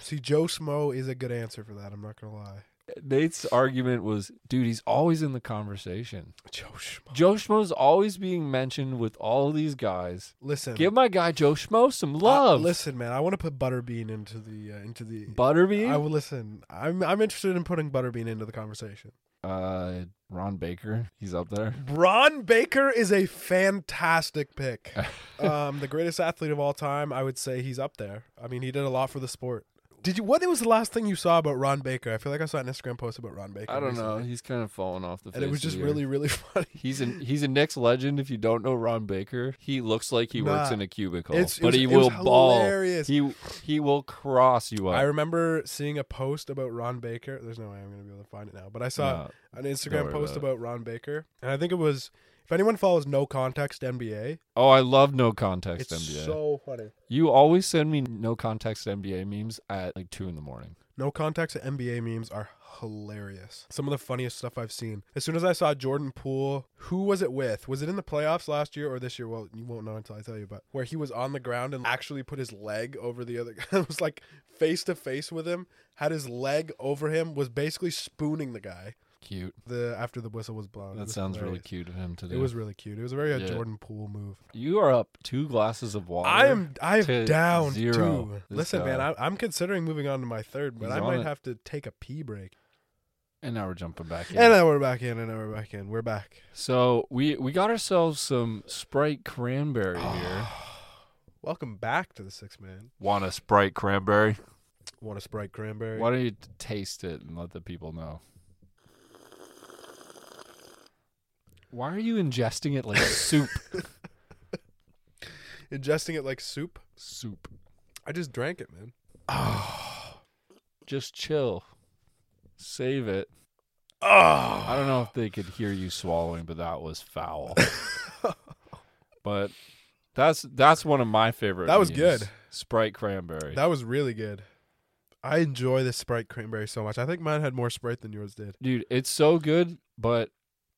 Speaker 2: See, Joe Smo is a good answer for that. I'm not gonna lie.
Speaker 1: Nate's argument was, dude, he's always in the conversation.
Speaker 2: Joe Schmo.
Speaker 1: Joe Schmo's always being mentioned with all these guys.
Speaker 2: Listen,
Speaker 1: Give my guy Joe Schmo some
Speaker 2: I-
Speaker 1: love.
Speaker 2: listen, man. I want to put Butterbean into the uh, into the. I
Speaker 1: Butterbean,
Speaker 2: will listen. I'm I'm interested in putting Butterbean into the conversation.
Speaker 1: uh, Ron Baker, he's up there.
Speaker 2: Braun Baker is a fantastic pick. um, the greatest athlete of all time. I would say he's up there. I mean, he did a lot for the sport. Did you? What was the last thing you saw about Ron Baker? I feel like I saw an Instagram post about Ron Baker.
Speaker 1: I don't
Speaker 2: recently.
Speaker 1: know. He's kind of fallen off the face.
Speaker 2: And it was
Speaker 1: of
Speaker 2: just
Speaker 1: the earth.
Speaker 2: really, really funny.
Speaker 1: He's an he's a Knicks legend. If you don't know Ron Baker, he looks like he works
Speaker 2: Nah.
Speaker 1: in a cubicle,
Speaker 2: It's- it
Speaker 1: but
Speaker 2: was-
Speaker 1: he
Speaker 2: it
Speaker 1: will
Speaker 2: was
Speaker 1: ball.
Speaker 2: hilarious.
Speaker 1: He he will cross you
Speaker 2: I
Speaker 1: up.
Speaker 2: remember seeing a post about Ron Baker. There's no way I'm going to be able to find it now, but I saw
Speaker 1: No,
Speaker 2: an
Speaker 1: don't
Speaker 2: Instagram
Speaker 1: worry
Speaker 2: post
Speaker 1: about
Speaker 2: about Ron Baker, and I think it was if anyone follows No Context NBA,
Speaker 1: oh, I love no context
Speaker 2: it's
Speaker 1: NBA.
Speaker 2: so funny.
Speaker 1: you always send me no context NBA memes at like two in the morning.
Speaker 2: No Context NBA memes are hilarious. Some of the funniest stuff I've seen. As soon as I saw Jordan Poole, who was it with? Was it in the playoffs last year or this year? Well, you won't know until I tell you, but where he was on the ground and actually put his leg over the other guy, was like face to face with him, had his leg over him, was basically spooning the guy.
Speaker 1: Cute.
Speaker 2: the after the whistle was blown. It
Speaker 1: That
Speaker 2: was
Speaker 1: sounds really
Speaker 2: Oh, hilarious.
Speaker 1: cute of him to do.
Speaker 2: It was really cute. It was a very uh,
Speaker 1: Yeah.
Speaker 2: Jordan Poole move.
Speaker 1: you are up two glasses of water.
Speaker 2: I am I am
Speaker 1: to
Speaker 2: down
Speaker 1: zero,
Speaker 2: too.
Speaker 1: this
Speaker 2: Listen, man,
Speaker 1: guy.
Speaker 2: I'm, I'm considering moving on to my third, but
Speaker 1: He's
Speaker 2: I
Speaker 1: on
Speaker 2: might
Speaker 1: it.
Speaker 2: have to take a pee break.
Speaker 1: and now we're jumping back in.
Speaker 2: And now we're back in. And now we're back in. We're back.
Speaker 1: so we we got ourselves some Sprite cranberry here.
Speaker 2: Welcome back to the Six Man.
Speaker 1: Want a Sprite cranberry?
Speaker 2: Want a Sprite cranberry?
Speaker 1: Why don't you t- taste it and let the people know? Why are you ingesting it like soup?
Speaker 2: Ingesting it like soup.
Speaker 1: soup.
Speaker 2: I just drank it, man.
Speaker 1: Just chill. Save it.
Speaker 2: Oh,
Speaker 1: I don't know if they could hear you swallowing, but that was foul. but that's that's one of my favorite.
Speaker 2: That was
Speaker 1: memes.
Speaker 2: good.
Speaker 1: Sprite cranberry.
Speaker 2: that was really good. I enjoy this Sprite cranberry so much. I think mine had more Sprite than yours did.
Speaker 1: Dude, it's so good, but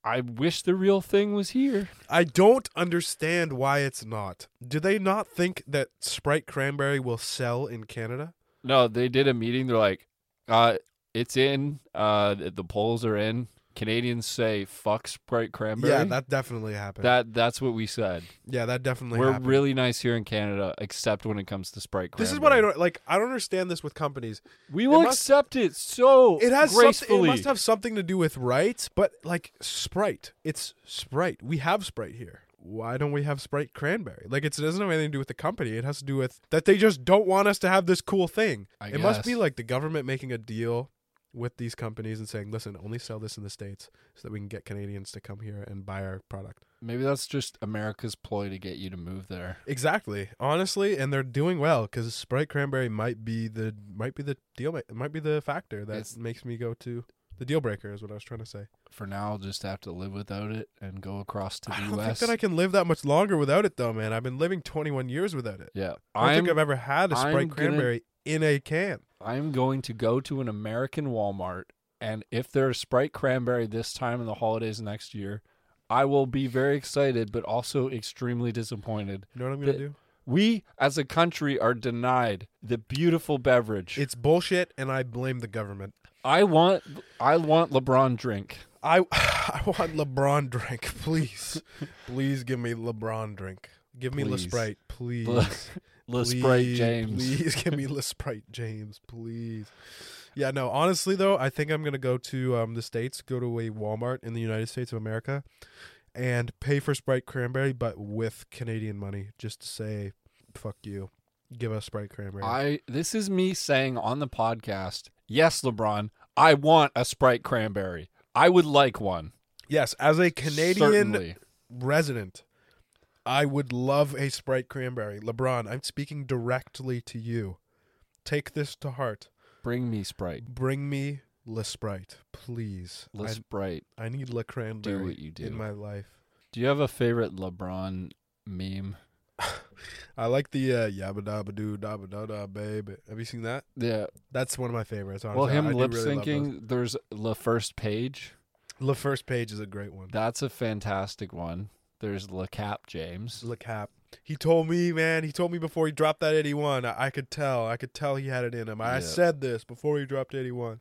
Speaker 1: I wish the real thing was here.
Speaker 2: I don't understand why it's not. Do they not think that Sprite Cranberry will sell in Canada?
Speaker 1: No, they did a meeting. They're like, uh, it's in. Uh, th- the polls are in. Canadians say fuck Sprite Cranberry.
Speaker 2: Yeah, that definitely happened.
Speaker 1: that that's what we said.
Speaker 2: yeah, that definitely
Speaker 1: We're
Speaker 2: happened.
Speaker 1: really nice here in Canada, except when it comes to Sprite Cranberry.
Speaker 2: this is what I don't like. I don't understand this with companies.
Speaker 1: We will
Speaker 2: it must-
Speaker 1: accept it so
Speaker 2: It has something. It
Speaker 1: gracefully.
Speaker 2: must have something to do with rights, but like Sprite, it's Sprite. We have Sprite here. Why don't we have Sprite Cranberry? Like it's, it doesn't have anything to do with the company. It has to do with that they just don't want us to have this cool thing.
Speaker 1: I
Speaker 2: it must
Speaker 1: guess.
Speaker 2: be like the government making a deal with these companies and saying, "Listen, only sell this in the states so that we can get Canadians to come here and buy our product."
Speaker 1: Maybe that's just America's ploy to get you to move there.
Speaker 2: Exactly. Honestly, and they're doing well cuz Sprite Cranberry might be the might be the deal ma- might be the factor that
Speaker 1: It's-
Speaker 2: makes me go to the deal breaker is what I was trying to say.
Speaker 1: For now, I'll just have to live without it and go across to the
Speaker 2: I don't
Speaker 1: U.S.
Speaker 2: think that I can live that much longer without it, though, man. I've been living 21 years without it.
Speaker 1: yeah,
Speaker 2: I don't
Speaker 1: I'm
Speaker 2: think I've ever had a Sprite
Speaker 1: I'm gonna-
Speaker 2: cranberry in a can.
Speaker 1: I'm going to go to an American Walmart, and if there's Sprite Cranberry this time in the holidays next year, I will be very excited, but also extremely disappointed.
Speaker 2: You know what I'm gonna
Speaker 1: The-
Speaker 2: do?
Speaker 1: We, as a country, are denied the beautiful beverage.
Speaker 2: It's bullshit, and I blame the government.
Speaker 1: I want, I want LeBron drink.
Speaker 2: I I want LeBron drink, please, please give me LeBron drink. Give me La
Speaker 1: Please.
Speaker 2: Sprite, please.
Speaker 1: Le, Le Sprite
Speaker 2: Please,
Speaker 1: James.
Speaker 2: Please give me La Sprite James, please. Yeah, no, honestly though, I think I'm gonna go to um, the states, go to a Walmart in the United States of America, and pay for Sprite Cranberry, but with Canadian money, just to say, fuck you, give us Sprite Cranberry.
Speaker 1: I. This is me saying on the podcast. Yes, LeBron, I want a Sprite Cranberry. I would like one.
Speaker 2: yes, as a Canadian
Speaker 1: Certainly.
Speaker 2: resident, I would love a Sprite Cranberry. LeBron, I'm speaking directly to you. Take this to heart.
Speaker 1: Bring me Sprite.
Speaker 2: Bring me La Sprite, please.
Speaker 1: Le
Speaker 2: I-
Speaker 1: Sprite.
Speaker 2: I need La Cranberry
Speaker 1: what you do.
Speaker 2: in my life.
Speaker 1: Do you have a favorite LeBron meme?
Speaker 2: I like the uh, yabba dabba doo dabba da da baby. Have you seen that?
Speaker 1: Yeah.
Speaker 2: That's one of my favorites. Honestly.
Speaker 1: Well, him
Speaker 2: Oh, I do
Speaker 1: lip
Speaker 2: really love
Speaker 1: syncing.
Speaker 2: those.
Speaker 1: there's the first page.
Speaker 2: La first page is a great one.
Speaker 1: That's a fantastic one. There's LeCap James.
Speaker 2: La cap. He told me, man. He told me before he dropped that eighty-one. I, I could tell. I could tell he had it in him. I
Speaker 1: Yeah.
Speaker 2: said this before he dropped eighty-one.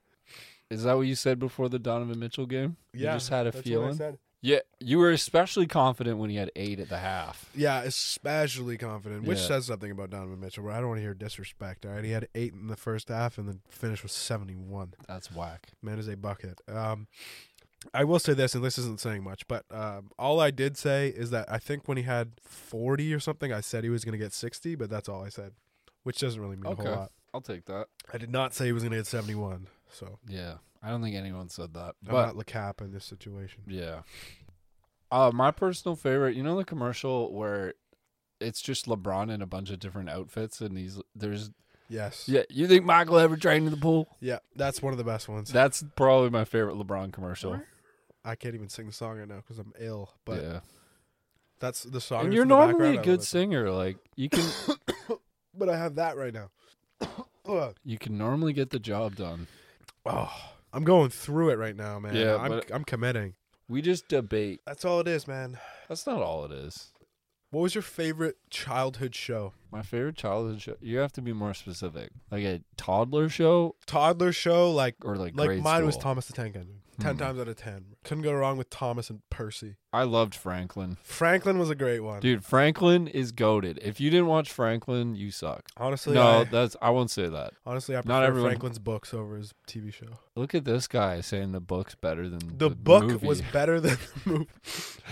Speaker 1: Is that what you said before the Donovan Mitchell game?
Speaker 2: Yeah,
Speaker 1: You just had a
Speaker 2: that's what I
Speaker 1: feeling.
Speaker 2: said.
Speaker 1: Yeah. You were especially confident when he had eight at the half.
Speaker 2: Yeah, especially confident, which
Speaker 1: Yeah.
Speaker 2: says something about Donovan Mitchell. But I don't want to hear disrespect. All right, he had eight in the first half and then finished with seventy-one.
Speaker 1: That's whack.
Speaker 2: Man is a bucket. Um, I will say this, and this isn't saying much, but um, all I did say is that I think when he had forty or something, I said he was going to get sixty, but that's all I said, which doesn't really mean a
Speaker 1: Okay.
Speaker 2: whole lot.
Speaker 1: I'll take that.
Speaker 2: I did not say he was going to get seventy-one. So
Speaker 1: Yeah. I don't think anyone said that.
Speaker 2: I'm
Speaker 1: But
Speaker 2: not LeCap in this situation.
Speaker 1: Yeah. Uh, my personal favorite, you know the commercial where it's just LeBron in a bunch of different outfits and he's there's
Speaker 2: Yes.
Speaker 1: yeah, you think Michael ever trained in the pool?
Speaker 2: Yeah, that's one of the best ones.
Speaker 1: That's probably my favorite LeBron commercial.
Speaker 2: I can't even sing the song right now because I'm ill, but
Speaker 1: yeah.
Speaker 2: that's the song.
Speaker 1: And
Speaker 2: is
Speaker 1: you're
Speaker 2: in the
Speaker 1: normally
Speaker 2: background.
Speaker 1: a
Speaker 2: I
Speaker 1: good
Speaker 2: love it.
Speaker 1: singer. Like you can
Speaker 2: but I have that right now. Ugh.
Speaker 1: you can normally get the job done.
Speaker 2: oh, I'm going through it right now, man.
Speaker 1: Yeah,
Speaker 2: I'm,
Speaker 1: but-
Speaker 2: I'm committing.
Speaker 1: We just debate.
Speaker 2: That's all it is, man.
Speaker 1: That's not all it is.
Speaker 2: What was your favorite childhood show?
Speaker 1: My favorite childhood show. You have to be more specific. Like a toddler show
Speaker 2: Toddler show, like
Speaker 1: or like
Speaker 2: like
Speaker 1: grade
Speaker 2: mine was
Speaker 1: school?
Speaker 2: Thomas the Tank Engine. Ten
Speaker 1: Hmm.
Speaker 2: times out of ten, couldn't go wrong with Thomas and Percy.
Speaker 1: I loved Franklin.
Speaker 2: Franklin was a great one.
Speaker 1: Dude, Franklin is goaded. If you didn't watch Franklin, you suck.
Speaker 2: honestly,
Speaker 1: No,
Speaker 2: I,
Speaker 1: that's I won't say that.
Speaker 2: honestly, I
Speaker 1: not
Speaker 2: prefer
Speaker 1: everyone-
Speaker 2: Franklin's books over his TV show.
Speaker 1: Look at this guy saying the book's better than
Speaker 2: The, book was better than the movie.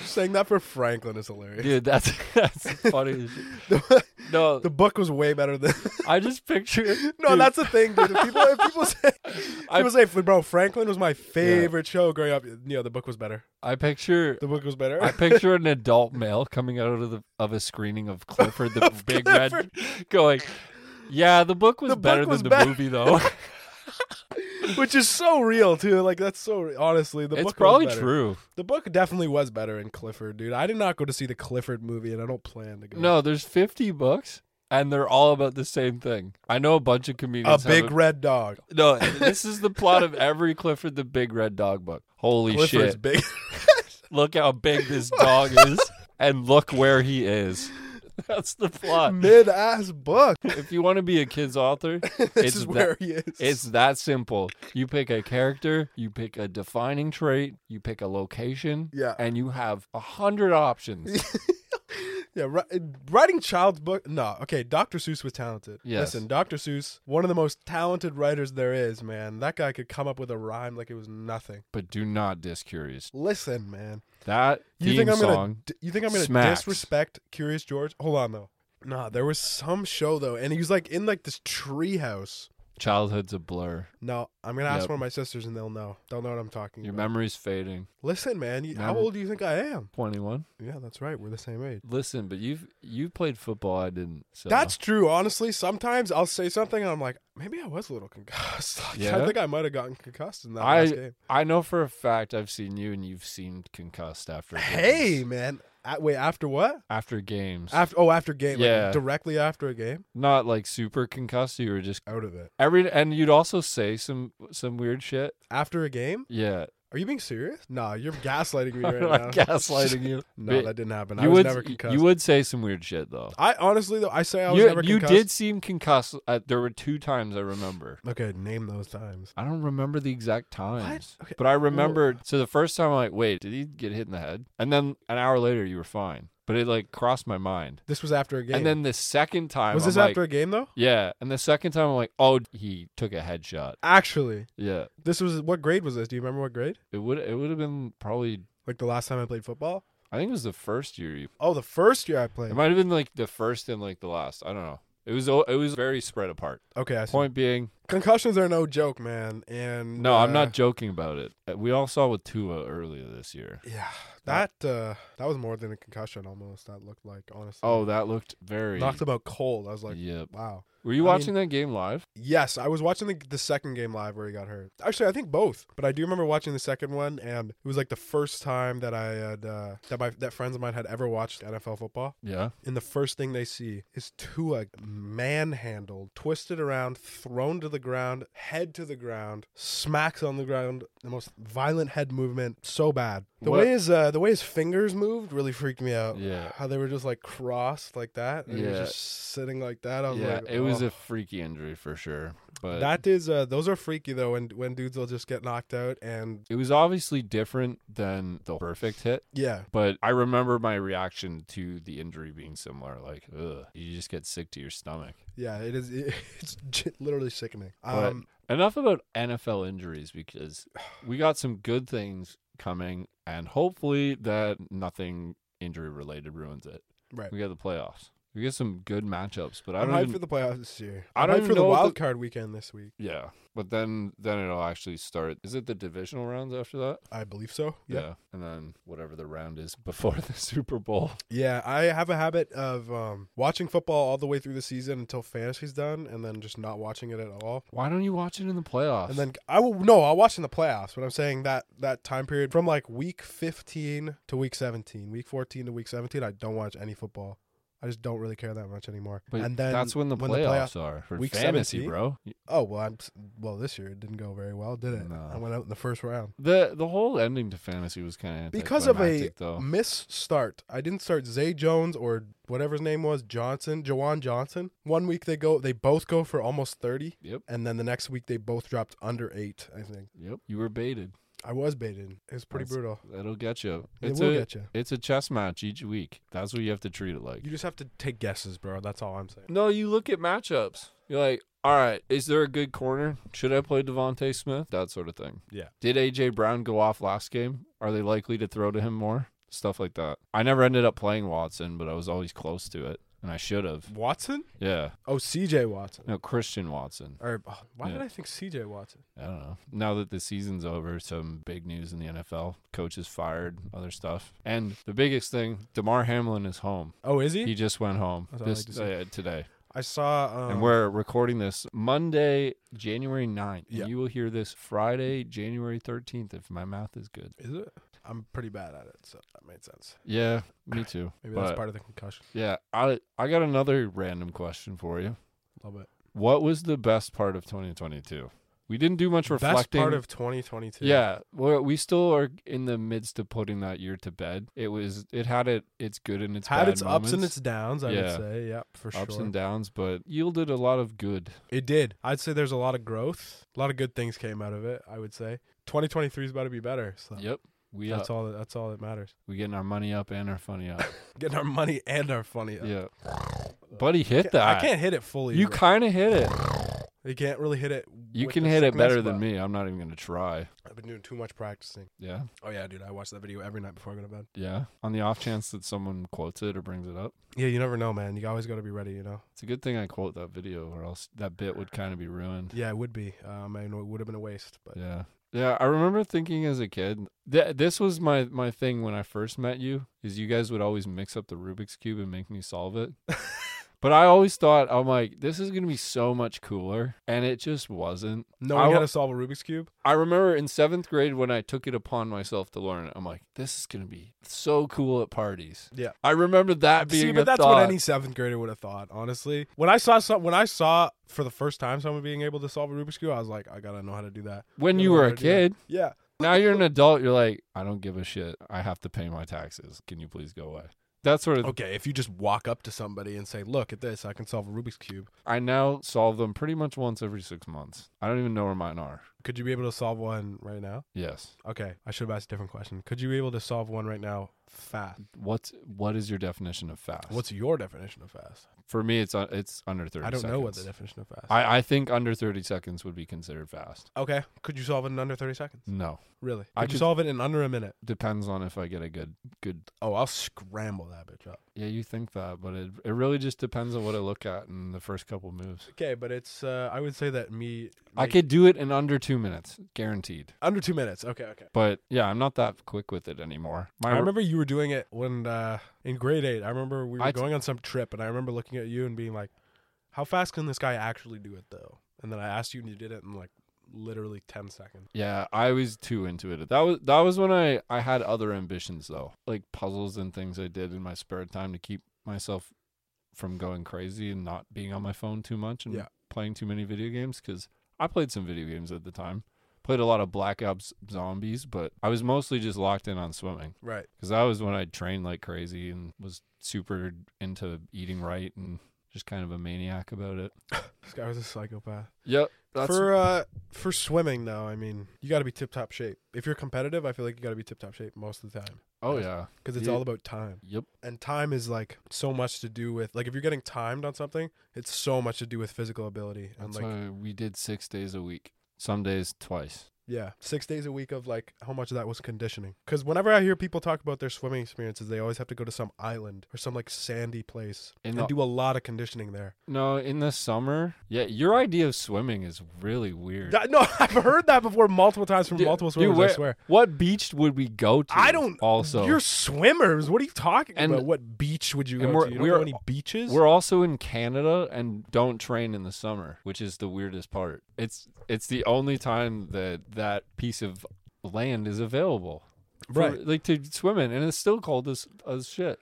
Speaker 2: Saying that for Franklin is hilarious.
Speaker 1: Dude, that's that's funny. as shit.
Speaker 2: The,
Speaker 1: No,
Speaker 2: the book was way better than.
Speaker 1: I just picture.
Speaker 2: No,
Speaker 1: dude,
Speaker 2: that's the thing, dude. If people, if people say,
Speaker 1: I-
Speaker 2: people say, bro, Franklin was my favorite show growing up. Yeah, the book was better.
Speaker 1: I picture.
Speaker 2: The book was better.
Speaker 1: I picture an adult male coming out of the of a screening of Clifford the Big
Speaker 2: Clifford.
Speaker 1: Red, going, "Yeah, the book was
Speaker 2: The book
Speaker 1: better
Speaker 2: was
Speaker 1: than the
Speaker 2: better."
Speaker 1: movie, though.
Speaker 2: Which is so real, too. Like, that's so re- honestly, the book
Speaker 1: it's
Speaker 2: was
Speaker 1: probably
Speaker 2: better.
Speaker 1: true.
Speaker 2: The book definitely was better in Clifford, dude. I did not go to see the Clifford movie, and I don't plan to go.
Speaker 1: No, there's 50 books, and they're all about the same thing. I know a bunch of
Speaker 2: a
Speaker 1: comedians. have
Speaker 2: big red dog.
Speaker 1: No, this is the plot of every Clifford the Big Red Dog book. Holy
Speaker 2: Clifford's
Speaker 1: shit.
Speaker 2: big.
Speaker 1: Look how big this dog is and look where he is. That's the plot.
Speaker 2: Mid ass book.
Speaker 1: If you want to be a kid's author,
Speaker 2: this
Speaker 1: It's
Speaker 2: is
Speaker 1: that-
Speaker 2: where he is.
Speaker 1: it's that simple. You pick a character, you pick a defining trait, you pick a location,
Speaker 2: yeah.
Speaker 1: and you have a hundred options.
Speaker 2: yeah, ri- writing child's book. No, okay. Dr. Seuss was talented.
Speaker 1: Yes.
Speaker 2: Listen, Dr. Seuss, one of the most talented writers there is, man. That guy could come up with a rhyme like it was nothing.
Speaker 1: But do not diss Curious.
Speaker 2: Listen, man.
Speaker 1: That
Speaker 2: You
Speaker 1: theme
Speaker 2: think I'm gonna?
Speaker 1: song.
Speaker 2: D- you think I'm gonna
Speaker 1: smacks.
Speaker 2: disrespect Curious George? Hold on though. Nah, there was some show though, and he was like in like this tree house.
Speaker 1: Childhood's a blur.
Speaker 2: No, I'm gonna ask
Speaker 1: Yep.
Speaker 2: one of my sisters, and they'll know. They'll know what I'm talking
Speaker 1: Your
Speaker 2: about.
Speaker 1: memory's fading.
Speaker 2: Listen, man, you, how
Speaker 1: Remember-
Speaker 2: old do you think I am?
Speaker 1: Twenty one.
Speaker 2: Yeah, that's right. We're the same age.
Speaker 1: Listen, but you've you played football. I didn't. So.
Speaker 2: That's true. Honestly, sometimes I'll say something and I'm like, Maybe I was a little concussed. Like, I
Speaker 1: Yeah?
Speaker 2: think I might have gotten concussed in that
Speaker 1: I-
Speaker 2: last game.
Speaker 1: I know for a fact I've seen you and you've seemed concussed after
Speaker 2: Hey,
Speaker 1: games.
Speaker 2: man. At, wait, after what?
Speaker 1: after games.
Speaker 2: After oh, after game. like,
Speaker 1: Yeah.
Speaker 2: directly after a game.
Speaker 1: Not like super concussed, you were just
Speaker 2: Out of it.
Speaker 1: every and you'd also say some some weird shit.
Speaker 2: After a game?
Speaker 1: Yeah.
Speaker 2: Are you being serious? Nah, you're gaslighting me
Speaker 1: I'm
Speaker 2: right
Speaker 1: not
Speaker 2: now.
Speaker 1: gaslighting you.
Speaker 2: no,
Speaker 1: But
Speaker 2: that didn't happen. I
Speaker 1: you
Speaker 2: was
Speaker 1: would
Speaker 2: never
Speaker 1: you-
Speaker 2: concussed.
Speaker 1: you would say some weird shit though.
Speaker 2: I honestly though, I say I was
Speaker 1: You,
Speaker 2: never
Speaker 1: you
Speaker 2: concussed.
Speaker 1: did seem concussed. Uh, there were two times I remember.
Speaker 2: Okay, name those times.
Speaker 1: I don't remember the exact times,
Speaker 2: Okay.
Speaker 1: but I remembered. So the first time I'm like, wait, did he get hit in the head? And then an hour later, you were fine. But it like crossed my mind.
Speaker 2: This was after a game.
Speaker 1: And then the second time,
Speaker 2: was
Speaker 1: I'm
Speaker 2: this
Speaker 1: like-
Speaker 2: after a game though?
Speaker 1: Yeah, and the second time I'm like, oh, he took a headshot.
Speaker 2: Actually,
Speaker 1: Yeah,
Speaker 2: this was what grade was this? Do you remember what grade?
Speaker 1: it would it would have been probably
Speaker 2: Like the last time I played football?
Speaker 1: I think it was the first year. You,
Speaker 2: Oh, the first year I played.
Speaker 1: it might have been like the first and like the last. I don't know. It was o- it was very spread apart.
Speaker 2: okay, I see.
Speaker 1: Point being,
Speaker 2: concussions are no joke, man. And
Speaker 1: no, I'm
Speaker 2: uh,
Speaker 1: not joking about it. Uh, We all saw with Tua earlier this year.
Speaker 2: Yeah, that uh, that was more than a concussion. Almost that looked like honestly.
Speaker 1: Oh, that looked very.
Speaker 2: knocked about cold. I was like,
Speaker 1: yep.
Speaker 2: wow.
Speaker 1: Were you
Speaker 2: I
Speaker 1: watching that game live?
Speaker 2: Yes, I was watching the, the second game live where he got hurt. Actually, I think both, but I do remember watching the second one, and it was like the first time that I had uh, that my that friends of mine had ever watched NFL football.
Speaker 1: Yeah.
Speaker 2: And the first thing they see is Tua manhandled, twisted around, thrown to the ground, head to the ground, smacks on the ground. The most violent head movement, so bad. The
Speaker 1: What-
Speaker 2: way his uh, the way his fingers moved really freaked me out.
Speaker 1: Oh, Yeah.
Speaker 2: how they were just like crossed like that, and he was
Speaker 1: Yeah.
Speaker 2: just sitting like that. I was
Speaker 1: yeah.
Speaker 2: like,
Speaker 1: it was
Speaker 2: "Oh."
Speaker 1: a freaky injury for sure. But
Speaker 2: That is uh those are freaky though when when dudes will just get knocked out and
Speaker 1: it was obviously different than the perfect hit.
Speaker 2: yeah.
Speaker 1: But I remember my reaction to the injury being similar. Like, ugh, you just get sick to your stomach.
Speaker 2: Yeah, it is it's j- literally sickening.
Speaker 1: But
Speaker 2: Um
Speaker 1: enough about NFL injuries because we got some good things coming and hopefully that nothing injury related ruins it.
Speaker 2: right.
Speaker 1: We got the playoffs. We got some good matchups, but I
Speaker 2: I'm
Speaker 1: don't
Speaker 2: hyped
Speaker 1: even-
Speaker 2: for the playoffs this year.
Speaker 1: I
Speaker 2: I'm
Speaker 1: don't
Speaker 2: hyped
Speaker 1: even
Speaker 2: for the
Speaker 1: know what
Speaker 2: wild
Speaker 1: the-
Speaker 2: card weekend this week.
Speaker 1: Yeah, but then then it'll actually start. Is it the divisional rounds after that?
Speaker 2: I believe so.
Speaker 1: Yeah, and then whatever the round is before the Super Bowl.
Speaker 2: Yeah, I have a habit of um, watching football all the way through the season until fantasy's done, and then just not watching it at all.
Speaker 1: Why don't you watch it in the playoffs?
Speaker 2: And then I will no, I'll watch in the playoffs. But I'm saying that that time period from like week 15 to week 17, week 14 to week 17, I don't watch any football. I just don't really care that much anymore.
Speaker 1: but
Speaker 2: and then
Speaker 1: that's when the
Speaker 2: when the
Speaker 1: playoffs are for
Speaker 2: week
Speaker 1: fantasy,
Speaker 2: 17?
Speaker 1: bro.
Speaker 2: Oh well, I'm well. This year it didn't go very well, did it?
Speaker 1: No.
Speaker 2: I went out in the first round
Speaker 1: The the whole ending to fantasy was kind of
Speaker 2: because of a
Speaker 1: though.
Speaker 2: miss start. I didn't start Zay Jones or whatever his name was, Johnson, Jawan Johnson. One week they go, they both go for almost thirty,
Speaker 1: Yep,
Speaker 2: and then the next week they both dropped under eight. I think
Speaker 1: yep. You were baited.
Speaker 2: I was baited. It was pretty
Speaker 1: That's-
Speaker 2: brutal.
Speaker 1: That'll get you.
Speaker 2: It
Speaker 1: It's
Speaker 2: will
Speaker 1: a
Speaker 2: get you.
Speaker 1: it's a chess match each week. That's what you have to treat it like.
Speaker 2: You just have to take guesses, bro. That's all I'm saying.
Speaker 1: No, you look at matchups. You're like, all right, is there a good corner? Should I play Devonte Smith? That sort of thing.
Speaker 2: Yeah.
Speaker 1: Did AJ Brown go off last game? Are they likely to throw to him more? Stuff like that. I never ended up playing Watson, but I was always close to it, and I should have.
Speaker 2: Watson?
Speaker 1: Yeah.
Speaker 2: Oh, C.J. Watson.
Speaker 1: No, Christian Watson.
Speaker 2: Or oh, why did
Speaker 1: Yeah.
Speaker 2: I think C.J. Watson?
Speaker 1: I don't know. Now that the season's over, some big news in the NFL. Coaches fired, other stuff. And the biggest thing, DeMar Hamlin is home.
Speaker 2: Oh, is he?
Speaker 1: He just went home
Speaker 2: That's all I
Speaker 1: this
Speaker 2: like to see.
Speaker 1: uh, today.
Speaker 2: I saw. Um,
Speaker 1: And we're recording this Monday, January 9th.
Speaker 2: Yeah.
Speaker 1: And you will hear this Friday, January 13th, if my math is good.
Speaker 2: Is it? I'm pretty bad at it, so that made sense.
Speaker 1: Yeah, me too.
Speaker 2: Maybe
Speaker 1: But,
Speaker 2: that's part of the concussion.
Speaker 1: Yeah, I, I got another random question for you.
Speaker 2: A little bit.
Speaker 1: What was the best part of 2022? We didn't do much reflecting.
Speaker 2: Best part of 2022.
Speaker 1: yeah, we're, we still are in the midst of putting that year to bed. It was, it had it, it's good and it's
Speaker 2: Had
Speaker 1: bad
Speaker 2: its ups and
Speaker 1: moments,
Speaker 2: its downs, I would
Speaker 1: Yeah.
Speaker 2: say. Yep, for
Speaker 1: ups
Speaker 2: sure.
Speaker 1: and downs, but yielded a lot of good.
Speaker 2: it did. I'd say there's a lot of growth. A lot of good things came out of it, I would say. 2023 is about to be better. So
Speaker 1: Yep, we uh,
Speaker 2: that's
Speaker 1: up.
Speaker 2: all that, that's all that matters.
Speaker 1: we getting our money up and our funny up.
Speaker 2: Getting our money and our funny. up.
Speaker 1: yeah, buddy, hit that.
Speaker 2: I can't hit it fully.
Speaker 1: You
Speaker 2: bro.
Speaker 1: kind of hit it.
Speaker 2: You can't really hit it.
Speaker 1: You
Speaker 2: with
Speaker 1: can
Speaker 2: the
Speaker 1: hit it
Speaker 2: sickness,
Speaker 1: better than
Speaker 2: but
Speaker 1: me. I'm not even going to try.
Speaker 2: I've been doing too much practicing.
Speaker 1: Yeah.
Speaker 2: Oh yeah, dude, I watch that video every night before I go to bed.
Speaker 1: Yeah. On the off chance that someone quotes it or brings it up.
Speaker 2: Yeah, you never know, man. You always got to be ready, you know.
Speaker 1: It's a good thing I quote that video or else that bit would kind of be ruined.
Speaker 2: Yeah, it would be. Um, I know it would have been a waste, but
Speaker 1: Yeah. Yeah, I remember thinking as a kid, th- this was my my thing when I first met you is you guys would always mix up the Rubik's cube and make me solve it. But I always thought, I'm like, this is going to be so much cooler. And it just wasn't. I
Speaker 2: Knowing how
Speaker 1: wa-
Speaker 2: to solve a Rubik's Cube.
Speaker 1: I remember in seventh grade when I took it upon myself to learn it, I'm like, this is going to be so cool at parties.
Speaker 2: Yeah.
Speaker 1: I remember that being
Speaker 2: See, but
Speaker 1: a
Speaker 2: that's
Speaker 1: thought.
Speaker 2: what any seventh grader would have thought, honestly. When I saw some, when I saw for the first time someone being able to solve a Rubik's Cube, I was like, I gotta know how to do that.
Speaker 1: when
Speaker 2: Yeah,
Speaker 1: you were
Speaker 2: I
Speaker 1: a
Speaker 2: do that.
Speaker 1: kid,
Speaker 2: Yeah.
Speaker 1: now you're an adult, you're like, I don't give a shit. I have to pay my taxes. Can you please go away? That sort of
Speaker 2: Okay, if you just walk up to somebody and say, "Look at this, I can solve a Rubik's cube,"
Speaker 1: I now solve them pretty much once every six months. I don't even know where mine are.
Speaker 2: could you be able to solve one right now?
Speaker 1: Yes.
Speaker 2: Okay, I should have asked a different question. Could you be able to solve one right now fast?
Speaker 1: What's what is your definition of fast?
Speaker 2: What's your definition of fast?
Speaker 1: for me? It's uh, it's under thirty.
Speaker 2: I don't know what the
Speaker 1: seconds.
Speaker 2: definition of fast.
Speaker 1: I I think under thirty seconds would be considered fast.
Speaker 2: okay, could you solve it in under thirty seconds?
Speaker 1: No,
Speaker 2: Really? Could
Speaker 1: I
Speaker 2: you
Speaker 1: could-
Speaker 2: solve it in under a minute?
Speaker 1: depends on if I get a good good.
Speaker 2: Oh, I'll scramble that bitch up.
Speaker 1: Yeah, you think that, but it it really just depends on what I look at in the first couple moves.
Speaker 2: Okay, but it's uh, I would say that me
Speaker 1: I could do it in under two minutes, guaranteed.
Speaker 2: under two minutes. Okay, okay.
Speaker 1: But yeah, I'm not that quick with it anymore. My
Speaker 2: I remember you were doing it when uh, in grade eight. I remember we were
Speaker 1: I t-
Speaker 2: going on some trip, and I remember looking at you and being like, "How fast can this guy actually do it, though?" And then I asked you, and you did it in like literally ten seconds.
Speaker 1: Yeah, I was too into it. That was that was when I I had other ambitions though, like puzzles and things I did in my spare time to keep myself from going crazy and not being on my phone too much and
Speaker 2: Yeah.
Speaker 1: playing too many video games cuz I played some video games at the time. Played a lot of Black Ops Zombies, but I was mostly just locked in on swimming
Speaker 2: Right.
Speaker 1: cuz that was when I trained like crazy and was super into eating right and just kind of a maniac about it.
Speaker 2: This guy was a psychopath.
Speaker 1: Yep. That's
Speaker 2: for uh, for swimming though, I mean, you got to be tip top shape. If you're competitive, I feel like you got to be tip top shape most of the time
Speaker 1: Oh yeah.
Speaker 2: because it's
Speaker 1: Yeah.
Speaker 2: all about time.
Speaker 1: Yep.
Speaker 2: And time is like so much to do with like if you're getting timed on something, it's so much to do with physical ability and
Speaker 1: That's
Speaker 2: like
Speaker 1: why we did six days a week. Some days twice.
Speaker 2: Yeah, six days a week of like how much of that was conditioning. Because whenever I hear people talk about their swimming experiences, they always have to go to some island or some like sandy place
Speaker 1: In
Speaker 2: and
Speaker 1: the-
Speaker 2: do a lot of conditioning there.
Speaker 1: no, in the summer. Yeah, your idea of swimming is really weird.
Speaker 2: That- no, I've heard that before multiple times from
Speaker 1: Dude,
Speaker 2: multiple
Speaker 1: dude,
Speaker 2: swimmers.
Speaker 1: where-
Speaker 2: I swear.
Speaker 1: What beach would we go to?
Speaker 2: I don't.
Speaker 1: Also,
Speaker 2: you're swimmers. What are you talking
Speaker 1: And-
Speaker 2: about? What beach would you
Speaker 1: and
Speaker 2: go
Speaker 1: we're-
Speaker 2: to? You don't
Speaker 1: we're-
Speaker 2: know any beaches?
Speaker 1: we're also in Canada and don't train in the summer, which is the weirdest part. It's it's the only time that that piece of land is available, for-
Speaker 2: Right.
Speaker 1: Like to swim in, and it's still cold as as shit.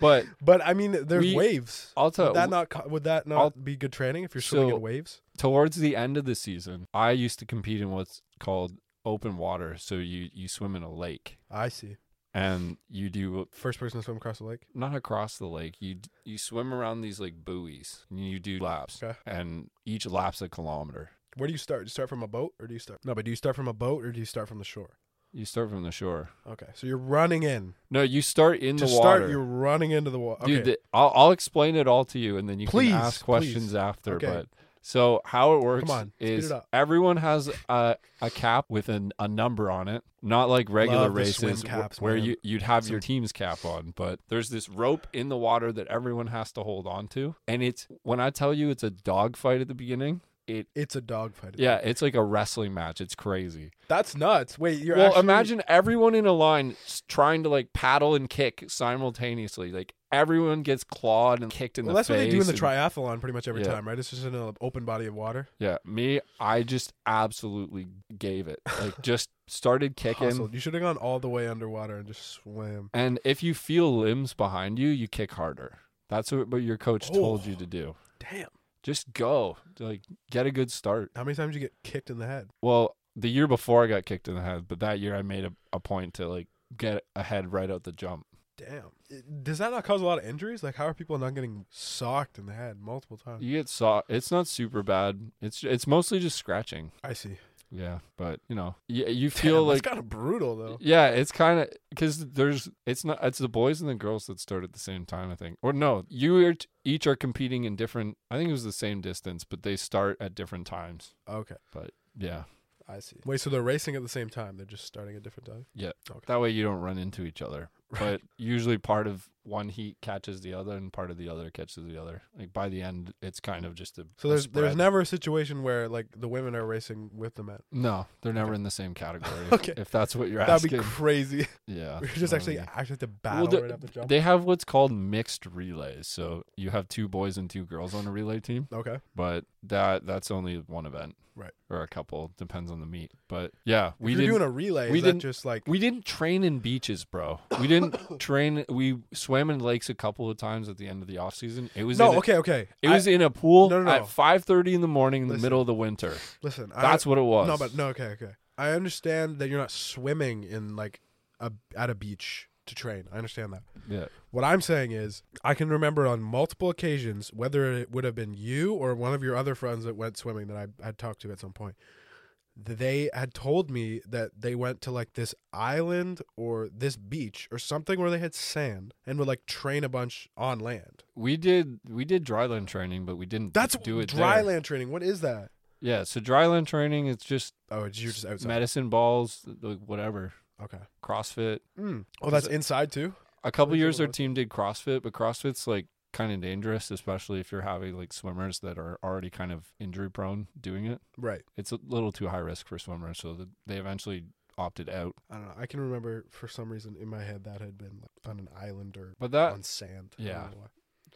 Speaker 1: but
Speaker 2: but I mean, there's
Speaker 1: We-
Speaker 2: waves.
Speaker 1: I'll tell
Speaker 2: Would that not co- would that not
Speaker 1: I'll-
Speaker 2: be good training if you're swimming
Speaker 1: So-
Speaker 2: in waves?
Speaker 1: towards the end of the season, I used to compete in what's called open water. So you you swim in a lake
Speaker 2: I see.
Speaker 1: and you do
Speaker 2: First person to swim across the lake.
Speaker 1: not across the lake. You d- you swim around these like buoys and you do laps,
Speaker 2: Okay.
Speaker 1: and each lap's a kilometer.
Speaker 2: Where do you start? Do you start from a boat or do you start? No, but do you start from a boat or do you start from the shore?
Speaker 1: You start from the shore.
Speaker 2: Okay, so you're running in.
Speaker 1: No, you start in
Speaker 2: to
Speaker 1: the water.
Speaker 2: start, you're running into the water. Okay.
Speaker 1: Dude, the, I'll, I'll explain it all to you, and then you
Speaker 2: Please,
Speaker 1: can ask questions after.
Speaker 2: Okay.
Speaker 1: But so how it works
Speaker 2: Come on, speed
Speaker 1: is
Speaker 2: it up.
Speaker 1: everyone has a, a cap with an, a number on it, not like regular
Speaker 2: Love the swim
Speaker 1: races wh-
Speaker 2: caps,
Speaker 1: where
Speaker 2: man.
Speaker 1: you you'd have your team's cap on. But there's this rope in the water that everyone has to hold on to, and it's when I tell you it's a dogfight at the beginning. It
Speaker 2: it's a dogfight.
Speaker 1: yeah, it's like a wrestling match. It's crazy.
Speaker 2: that's nuts. Wait, you're
Speaker 1: Well,
Speaker 2: actually-
Speaker 1: imagine everyone in a line s- trying to like paddle and kick simultaneously. Like everyone gets clawed and kicked in
Speaker 2: Well,
Speaker 1: the
Speaker 2: that's what they do in the
Speaker 1: face and-
Speaker 2: triathlon pretty much every
Speaker 1: Yeah.
Speaker 2: time, right? It's just in an open body of water.
Speaker 1: Yeah, me, I just absolutely gave it. Like just started kicking.
Speaker 2: Hustled. You should have gone all the way underwater and just swam.
Speaker 1: And if you feel limbs behind you, you kick harder. That's what, what your coach told you
Speaker 2: Oh.
Speaker 1: to do.
Speaker 2: Damn.
Speaker 1: Just go. Like get a good start.
Speaker 2: How many times you get kicked in the head?
Speaker 1: Well, the year before I got kicked in the head, but that year I made a, a point to like get ahead right out the jump.
Speaker 2: Damn. It- Does that not cause a lot of injuries? Like, how are people not getting socked in the head multiple times?
Speaker 1: You get saw. It's not super bad. It's it's mostly just scratching.
Speaker 2: I see.
Speaker 1: Yeah, but you know, you, you
Speaker 2: Damn,
Speaker 1: feel
Speaker 2: that's
Speaker 1: like
Speaker 2: kind of brutal though.
Speaker 1: yeah, it's kind of because there's it's not it's the boys and the girls that start at the same time, I think. Or no, you are t- each are competing in different. I think it was the same distance, but they start at different times.
Speaker 2: Okay,
Speaker 1: Yeah,
Speaker 2: I see. Wait, so they're racing at the same time? They're just starting at different times?
Speaker 1: Yeah.
Speaker 2: Okay.
Speaker 1: that way you don't run into each other. But usually, part of one heat catches the other and part of the other catches the other. Like by the end, it's kind of just a
Speaker 2: So
Speaker 1: a
Speaker 2: there's there's
Speaker 1: spread.
Speaker 2: never a situation where like the women are racing with the men.
Speaker 1: no, they're never in the same category. if-
Speaker 2: Okay.
Speaker 1: if, that's what you're
Speaker 2: That'd
Speaker 1: asking,
Speaker 2: be crazy.
Speaker 1: yeah,
Speaker 2: We're just
Speaker 1: no,
Speaker 2: actually
Speaker 1: Oh, yeah.
Speaker 2: actually have to
Speaker 1: Well,
Speaker 2: battle
Speaker 1: the-
Speaker 2: right up the jump.
Speaker 1: they have what's called mixed relays. So you have two boys and two girls on a relay team,
Speaker 2: okay.
Speaker 1: but that that's only one event,
Speaker 2: Right.
Speaker 1: Or a couple, depends on the meet. But yeah, we
Speaker 2: if you're
Speaker 1: didn't.
Speaker 2: doing a relay.
Speaker 1: we
Speaker 2: is that
Speaker 1: didn't-
Speaker 2: just like
Speaker 1: We didn't train in beaches, bro. We didn't train. We swam in lakes a couple of times at the end of the off season. It was in
Speaker 2: no?
Speaker 1: a-
Speaker 2: Okay, okay.
Speaker 1: It
Speaker 2: I-
Speaker 1: was in a pool
Speaker 2: No, no, no.
Speaker 1: at five thirty in the morning in the
Speaker 2: Listen.
Speaker 1: middle of the winter.
Speaker 2: listen.
Speaker 1: That's what it
Speaker 2: I,
Speaker 1: was.
Speaker 2: no, but no. Okay, okay. I understand that you're not swimming in like a at a beach to train. I understand that.
Speaker 1: Yeah.
Speaker 2: What I'm saying is, I can remember on multiple occasions, whether it would have been you or one of your other friends that went swimming that I had talked to at some point, th- they had told me that they went to like this island or this beach or something where they had sand and would like train a bunch on land.
Speaker 1: We did we did dryland training, but we didn't
Speaker 2: That's
Speaker 1: do it
Speaker 2: dry
Speaker 1: there.
Speaker 2: land training. What is that?
Speaker 1: Yeah, so dryland training it's just
Speaker 2: Oh, it's- you're just outside.
Speaker 1: medicine balls, like whatever,
Speaker 2: okay.
Speaker 1: CrossFit.
Speaker 2: Mm. Oh, that's
Speaker 1: Is
Speaker 2: inside too.
Speaker 1: A couple
Speaker 2: That's
Speaker 1: years
Speaker 2: what it
Speaker 1: our
Speaker 2: was.
Speaker 1: team did CrossFit, but CrossFit's like kind of dangerous, especially if you're having like swimmers that are already kind of injury prone doing it.
Speaker 2: Right.
Speaker 1: It's a little too high risk for swimmers, so th- they eventually opted out.
Speaker 2: I don't know. I can remember for some reason in my head that had been like, on an island or
Speaker 1: But that
Speaker 2: on sand. I don't
Speaker 1: yeah.
Speaker 2: know why.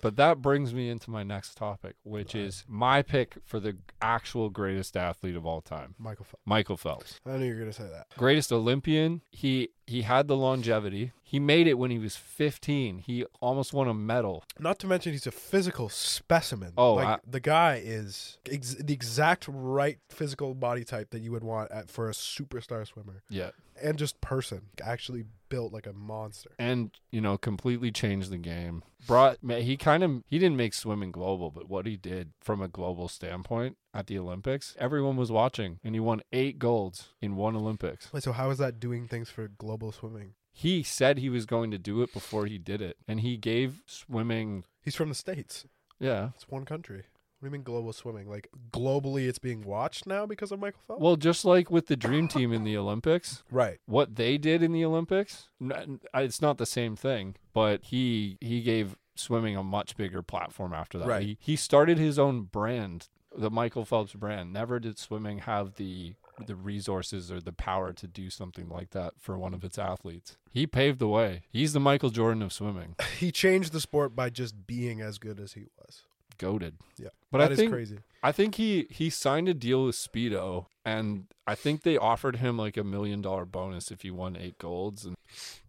Speaker 1: But that brings me into my next topic, which
Speaker 2: Alright.
Speaker 1: is my pick for the actual greatest athlete of all time,
Speaker 2: Michael. Phelps.
Speaker 1: Michael Phelps.
Speaker 2: I knew you were gonna say that.
Speaker 1: Greatest Olympian. He he had the longevity. He made it when he was 15. He almost won a medal.
Speaker 2: Not to mention he's a physical specimen.
Speaker 1: Oh,
Speaker 2: like,
Speaker 1: I-
Speaker 2: the guy is ex- the exact right physical body type that you would want at, for a superstar swimmer
Speaker 1: Yeah.
Speaker 2: and just person. Actually built like a monster.
Speaker 1: And, you know, completely changed the game. Brought ma- he kind of he didn't make swimming global, but what he did from a global standpoint at the Olympics, everyone was watching and he won 8 golds in one Olympics.
Speaker 2: Wait, so how is that doing things for global swimming?
Speaker 1: He said he was going to do it before he did it, and he gave swimming
Speaker 2: He's from the states.
Speaker 1: yeah,
Speaker 2: It's one country. What do you mean global swimming? Like globally, it's being watched now because of Michael Phelps.
Speaker 1: Well, just like with the dream team in the Olympics,
Speaker 2: right.
Speaker 1: what they did in the Olympics, n- n- it's not the same thing, but he he gave swimming a much bigger platform after that.
Speaker 2: Right.
Speaker 1: He, he started his own brand, the Michael Phelps brand. Never did swimming have the the resources or the power to do something like that for one of its athletes. He paved the way. He's the Michael Jordan of swimming.
Speaker 2: He changed the sport by just being as good as he was.
Speaker 1: Goated.
Speaker 2: Yeah.
Speaker 1: But
Speaker 2: That
Speaker 1: I
Speaker 2: is
Speaker 1: think
Speaker 2: crazy.
Speaker 1: I think he he signed a deal with Speedo, and I think they offered him like a million dollar bonus if he won eight golds. And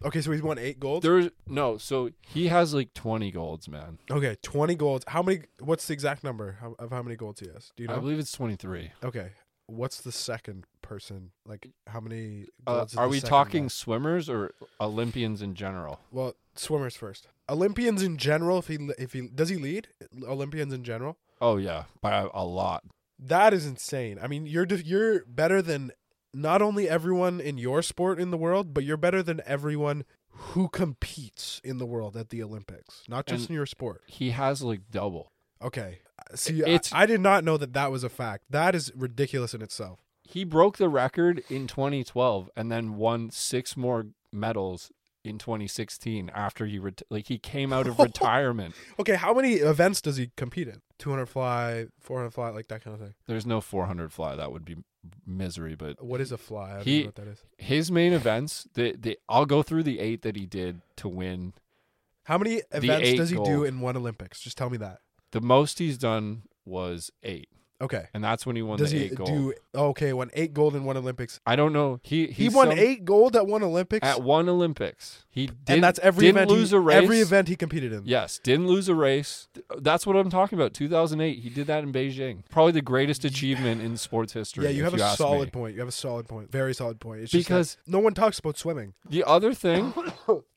Speaker 2: Okay, so he's won eight golds.
Speaker 1: there's no, so he has like twenty golds, man.
Speaker 2: Okay, twenty golds. How many? What's the exact number how, of how many golds he has? Do you know?
Speaker 1: I believe it's twenty three.
Speaker 2: okay, what's the second person? Like, how many?
Speaker 1: Uh,
Speaker 2: Golds is
Speaker 1: are
Speaker 2: the
Speaker 1: we
Speaker 2: second
Speaker 1: talking
Speaker 2: guy?
Speaker 1: swimmers or Olympians in general?
Speaker 2: Well, swimmers first. Olympians in general. If he if he does he lead Olympians in general?
Speaker 1: Oh yeah, by a, a lot.
Speaker 2: That is insane. I mean, you're def- you're better than not only everyone in your sport in the world, but you're better than everyone who competes in the world at the Olympics, not just
Speaker 1: And-
Speaker 2: in your sport.
Speaker 1: He has like double.
Speaker 2: Okay. Uh, See,
Speaker 1: It's-
Speaker 2: I, I did not know that that was a fact. That is ridiculous in itself.
Speaker 1: He broke the record in 2012, and then won six more medals in 2016 after he ret- like he came out of retirement.
Speaker 2: Okay, how many events does he compete in? 200 fly, 400 fly, like that kind of thing.
Speaker 1: There's no 400 fly. That would be misery. But
Speaker 2: What is a fly? I don't
Speaker 1: He-
Speaker 2: know what that is.
Speaker 1: his main events, the the I'll go through the eight that he did to win.
Speaker 2: How many events
Speaker 1: eight
Speaker 2: does he do
Speaker 1: gold.
Speaker 2: in one Olympics? Just tell me that.
Speaker 1: The most he's done was eight,
Speaker 2: Okay.
Speaker 1: and that's when he won
Speaker 2: Does
Speaker 1: the
Speaker 2: he
Speaker 1: eight gold.
Speaker 2: do okay, won 8 gold in one Olympics.
Speaker 1: I don't know. He
Speaker 2: He
Speaker 1: he's
Speaker 2: won
Speaker 1: some-
Speaker 2: 8 gold at one Olympics.
Speaker 1: at one Olympics. He did,
Speaker 2: and that's every
Speaker 1: didn't
Speaker 2: event
Speaker 1: lose
Speaker 2: he,
Speaker 1: a race.
Speaker 2: every event he competed in.
Speaker 1: Yes, didn't lose a race. Th- That's what I'm talking about. 2008, he did that in Beijing. Probably the greatest achievement in sports history.
Speaker 2: Yeah, you
Speaker 1: if
Speaker 2: have
Speaker 1: you
Speaker 2: a
Speaker 1: ask
Speaker 2: solid
Speaker 1: me.
Speaker 2: point. You have a solid point. Very solid point. It's just that
Speaker 1: Because-
Speaker 2: no one talks about swimming.
Speaker 1: The other thing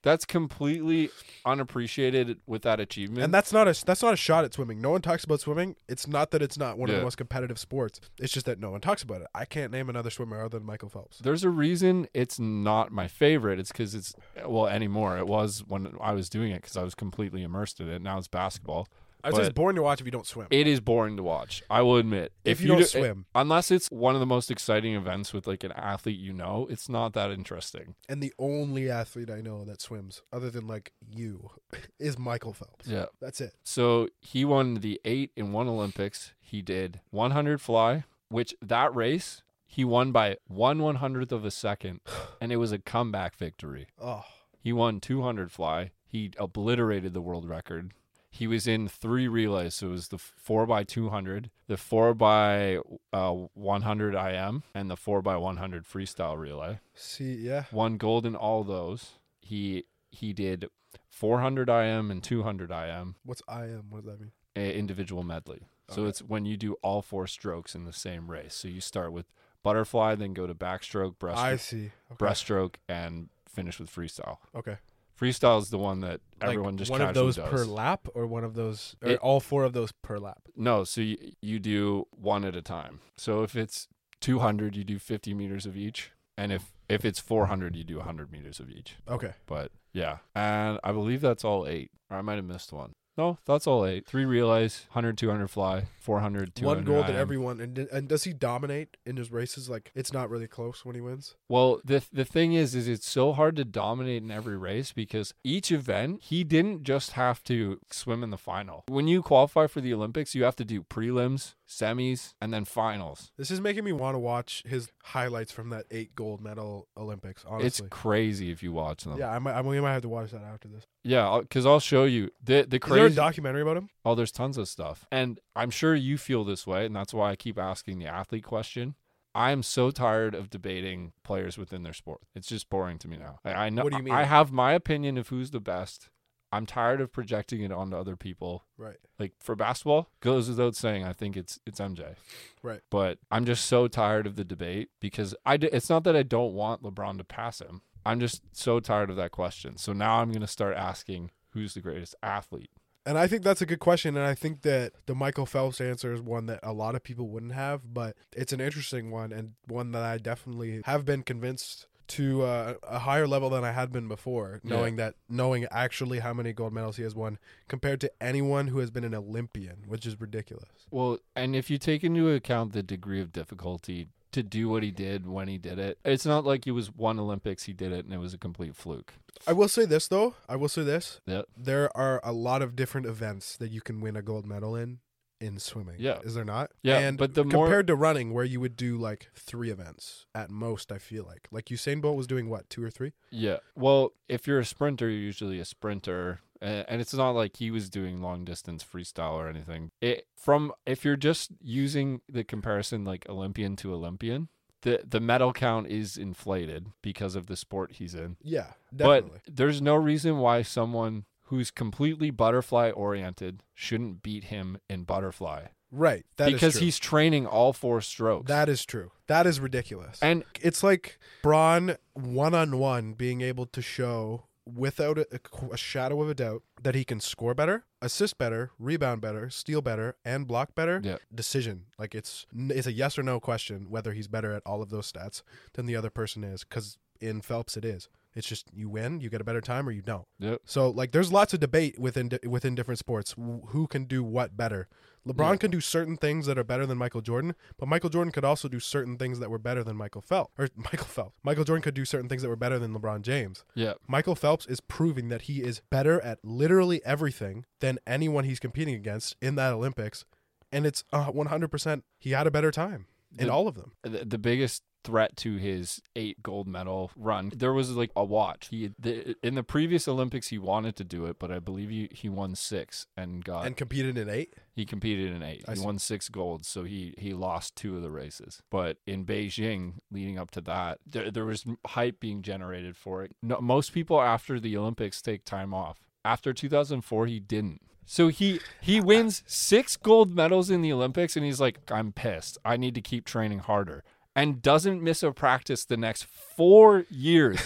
Speaker 1: that's completely unappreciated with that achievement
Speaker 2: And that's not a that's not a shot at swimming. No one talks about swimming. It's not that it's not one of
Speaker 1: Yeah.
Speaker 2: the most competitive sports. It's just that no one talks about it. I can't name another swimmer other than Michael Phelps.
Speaker 1: There's a reason it's not my favorite. It's because it's well anymore. It was when I was doing it because I was completely immersed in it. Now it's basketball.
Speaker 2: I'd say it's
Speaker 1: But-
Speaker 2: boring to watch if you don't swim.
Speaker 1: It is boring to watch. I will admit.
Speaker 2: if, you, don't
Speaker 1: do-
Speaker 2: swim,
Speaker 1: unless it's one of the most exciting events with like an athlete you know, it's not that interesting.
Speaker 2: and the only athlete I know that swims, other than like you, is Michael Phelps.
Speaker 1: Yeah.
Speaker 2: That's it.
Speaker 1: So he won the eight in one Olympics. He did 100 fly, which that race he won by one one hundredth of a second, and it was a comeback victory.
Speaker 2: Oh,
Speaker 1: He won 200 fly. He obliterated the world record. He was in three relays. So it was the 4 by 200, the 4 by uh, 100 IM, and the 4 by 100 freestyle relay.
Speaker 2: see, yeah,
Speaker 1: Won gold in all those. He he did 400 IM and 200 IM
Speaker 2: what's I am? What does that mean?
Speaker 1: a individual medley. So
Speaker 2: Okay.
Speaker 1: it's when you do all four strokes in the same race. So you start with butterfly, then go to backstroke,
Speaker 2: I
Speaker 1: breaststroke,
Speaker 2: see. Okay.
Speaker 1: breaststroke, and finish with freestyle.
Speaker 2: Okay.
Speaker 1: Freestyle is the one that everyone just
Speaker 2: one of
Speaker 1: casually
Speaker 2: those
Speaker 1: does.
Speaker 2: per lap, or one of those, or
Speaker 1: It-
Speaker 2: all four of those per lap.
Speaker 1: No, so you, you do one at a time. So if it's 200, you do 50 meters of each, and if if it's 400, you do 100 meters of each.
Speaker 2: Okay.
Speaker 1: But yeah, and I believe that's all eight. Or I might have missed one. No, that's all eight. Three relays, 100, 200 fly, 400, 200.
Speaker 2: One gold at
Speaker 1: IM.
Speaker 2: everyone, and and does he dominate in his races? Like it's not really close when he wins.
Speaker 1: Well, the the thing is, is it's so hard to dominate in every race because each event he didn't just have to swim in the final. When you qualify for the Olympics, you have to do prelims, semis, and then finals.
Speaker 2: This is making me want to watch his highlights from that eight gold medal Olympics. Honestly,
Speaker 1: It's crazy if you watch them.
Speaker 2: yeah, I might, I might, I might have to watch that after this.
Speaker 1: yeah, because I'll show you the the
Speaker 2: Is there a
Speaker 1: crazy.
Speaker 2: documentary about him?
Speaker 1: oh, there's tons of stuff, and I'm sure you feel this way, and that's why I keep asking the athlete question. I am so tired of debating players within their sport. It's just boring to me now. I, I know.
Speaker 2: What do you mean?
Speaker 1: I have my opinion of who's the best. I'm tired of projecting it onto other people.
Speaker 2: Right.
Speaker 1: Like for basketball, goes without saying. I think it's it's MJ.
Speaker 2: Right.
Speaker 1: But I'm just so tired of the debate because I. d- it's not that I don't want LeBron to pass him. I'm just so tired of that question. So now I'm gonna start asking who's the greatest athlete.
Speaker 2: And I think that's a good question. And I think that the Michael Phelps answer is one that a lot of people wouldn't have, but it's an interesting one and one that I definitely have been convinced to uh, a higher level than I had been before,
Speaker 1: Yeah.
Speaker 2: knowing that, knowing actually how many gold medals he has won compared to anyone who has been an Olympian, which is ridiculous.
Speaker 1: Well, and if you take into account the degree of difficulty to do what he did when he did it, it's not like it was one Olympics he did it and it was a complete fluke.
Speaker 2: I will say this, though. I will say this.
Speaker 1: Yep.
Speaker 2: There are a lot of different events that you can win a gold medal in. In swimming,
Speaker 1: Yeah.
Speaker 2: is there not?
Speaker 1: Yeah,
Speaker 2: and
Speaker 1: but the more-
Speaker 2: compared to running, where you would do like three events at most, I feel like like Usain Bolt was doing what two or three.
Speaker 1: Yeah. Well, if you're a sprinter, you're usually a sprinter. a- And it's not like he was doing long distance freestyle or anything. It from if you're just using the comparison like Olympian to Olympian, the the medal count is inflated because of the sport he's in.
Speaker 2: Yeah, definitely.
Speaker 1: But there's no reason why someone who's completely butterfly oriented shouldn't beat him in butterfly
Speaker 2: right, that is
Speaker 1: because
Speaker 2: true.
Speaker 1: he's training all four strokes.
Speaker 2: that is true. That is ridiculous.
Speaker 1: and
Speaker 2: it's like Braun one on one being able to show without a, a shadow of a doubt that he can score better, assist better, rebound better, steal better, and block better.
Speaker 1: Yeah.
Speaker 2: Decision like it's it's a yes or no question whether he's better at all of those stats than the other person is. Because in Phelps it is. It's just you win, you get a better time, or you don't.
Speaker 1: Yep.
Speaker 2: So like, there's lots of debate within di- within different sports wh- who can do what better. LeBron
Speaker 1: Yeah.
Speaker 2: can do certain things that are better than Michael Jordan, but Michael Jordan could also do certain things that were better than Michael Phelps or Michael Phelps. Michael Jordan could do certain things that were better than LeBron James.
Speaker 1: yeah,
Speaker 2: Michael Phelps is proving that he is better at literally everything than anyone he's competing against in that Olympics, and it's uh, 100% he had a better time in
Speaker 1: The-
Speaker 2: all of them.
Speaker 1: the, the biggest threat to his eight gold medal run there was like a watch he the, in the previous olympics he wanted to do it but i believe he, he won six and got
Speaker 2: and competed in eight.
Speaker 1: he competed in eight
Speaker 2: I
Speaker 1: he
Speaker 2: see.
Speaker 1: won six golds so he he lost two of the races but in beijing leading up to that there, there was hype being generated for it no, most people after the olympics take time off after 2004 he didn't so he he wins six gold medals in the olympics and he's like i'm pissed i need to keep training harder and doesn't miss a practice the next four years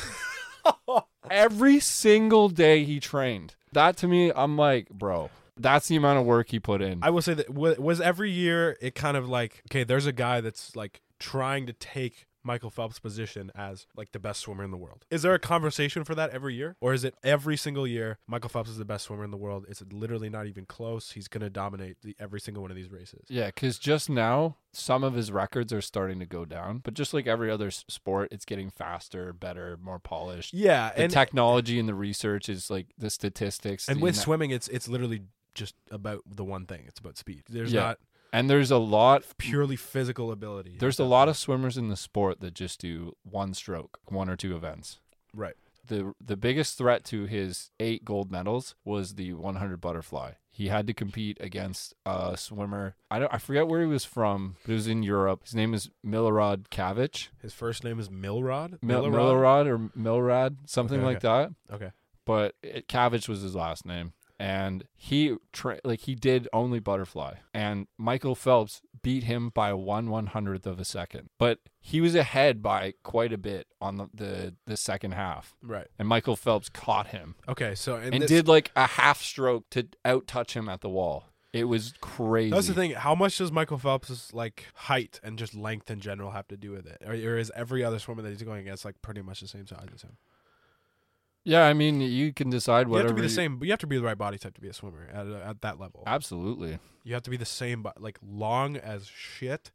Speaker 1: every single day he trained that to me i'm like bro that's the amount of work he put in
Speaker 2: I will say that wa- was every year it kind of like okay, there's a guy that's like trying to take Michael Phelps' position as like the best swimmer in the world. Is there a conversation for that every year? Or is it every single year Michael Phelps is the best swimmer in the world? It's literally not even close. He's going to dominate the, every single one of these races.
Speaker 1: Yeah, because just now some of his records are starting to go down, but just like every other s- sport, it's getting faster, better, more polished.
Speaker 2: Yeah,
Speaker 1: The
Speaker 2: and
Speaker 1: technology and the research is like the statistics.
Speaker 2: and
Speaker 1: the
Speaker 2: with
Speaker 1: ana-
Speaker 2: swimming it's it's literally just about the one thing. It's about speed. There's
Speaker 1: Yeah.
Speaker 2: not
Speaker 1: and there's a lot
Speaker 2: purely physical ability.
Speaker 1: There's a lot of swimmers in the sport that just do one stroke, one or two events.
Speaker 2: Right.
Speaker 1: The the biggest threat to his eight gold medals was the 100 butterfly. He had to compete against a swimmer. I don't I forget where he was from, but it was in Europe. His name is Milorad Kavic.
Speaker 2: His first name is Milrod.
Speaker 1: Mil-
Speaker 2: Milrod?
Speaker 1: Milorad or Milrad, something
Speaker 2: Okay,
Speaker 1: like that.
Speaker 2: Okay.
Speaker 1: But it, Kavic was his last name. And he tra- like he did only butterfly, and Michael Phelps beat him by one one hundredth of a second. But he was ahead by quite a bit on the the, the second half,
Speaker 2: Right.
Speaker 1: and Michael Phelps caught him
Speaker 2: Okay. So
Speaker 1: and,
Speaker 2: and, this-
Speaker 1: did like a half stroke to out touch him at the wall. It was crazy.
Speaker 2: That's the thing. How much does Michael Phelps' like height and just length in general have to do with it, or, or is every other swimmer that he's going against like pretty much the same size as him?
Speaker 1: Yeah, I mean, you can decide
Speaker 2: You have
Speaker 1: whatever.
Speaker 2: to be the same. But you have to be the right body type to be a swimmer at, uh, at that level.
Speaker 1: Absolutely.
Speaker 2: You have to be the same, but like long as shit.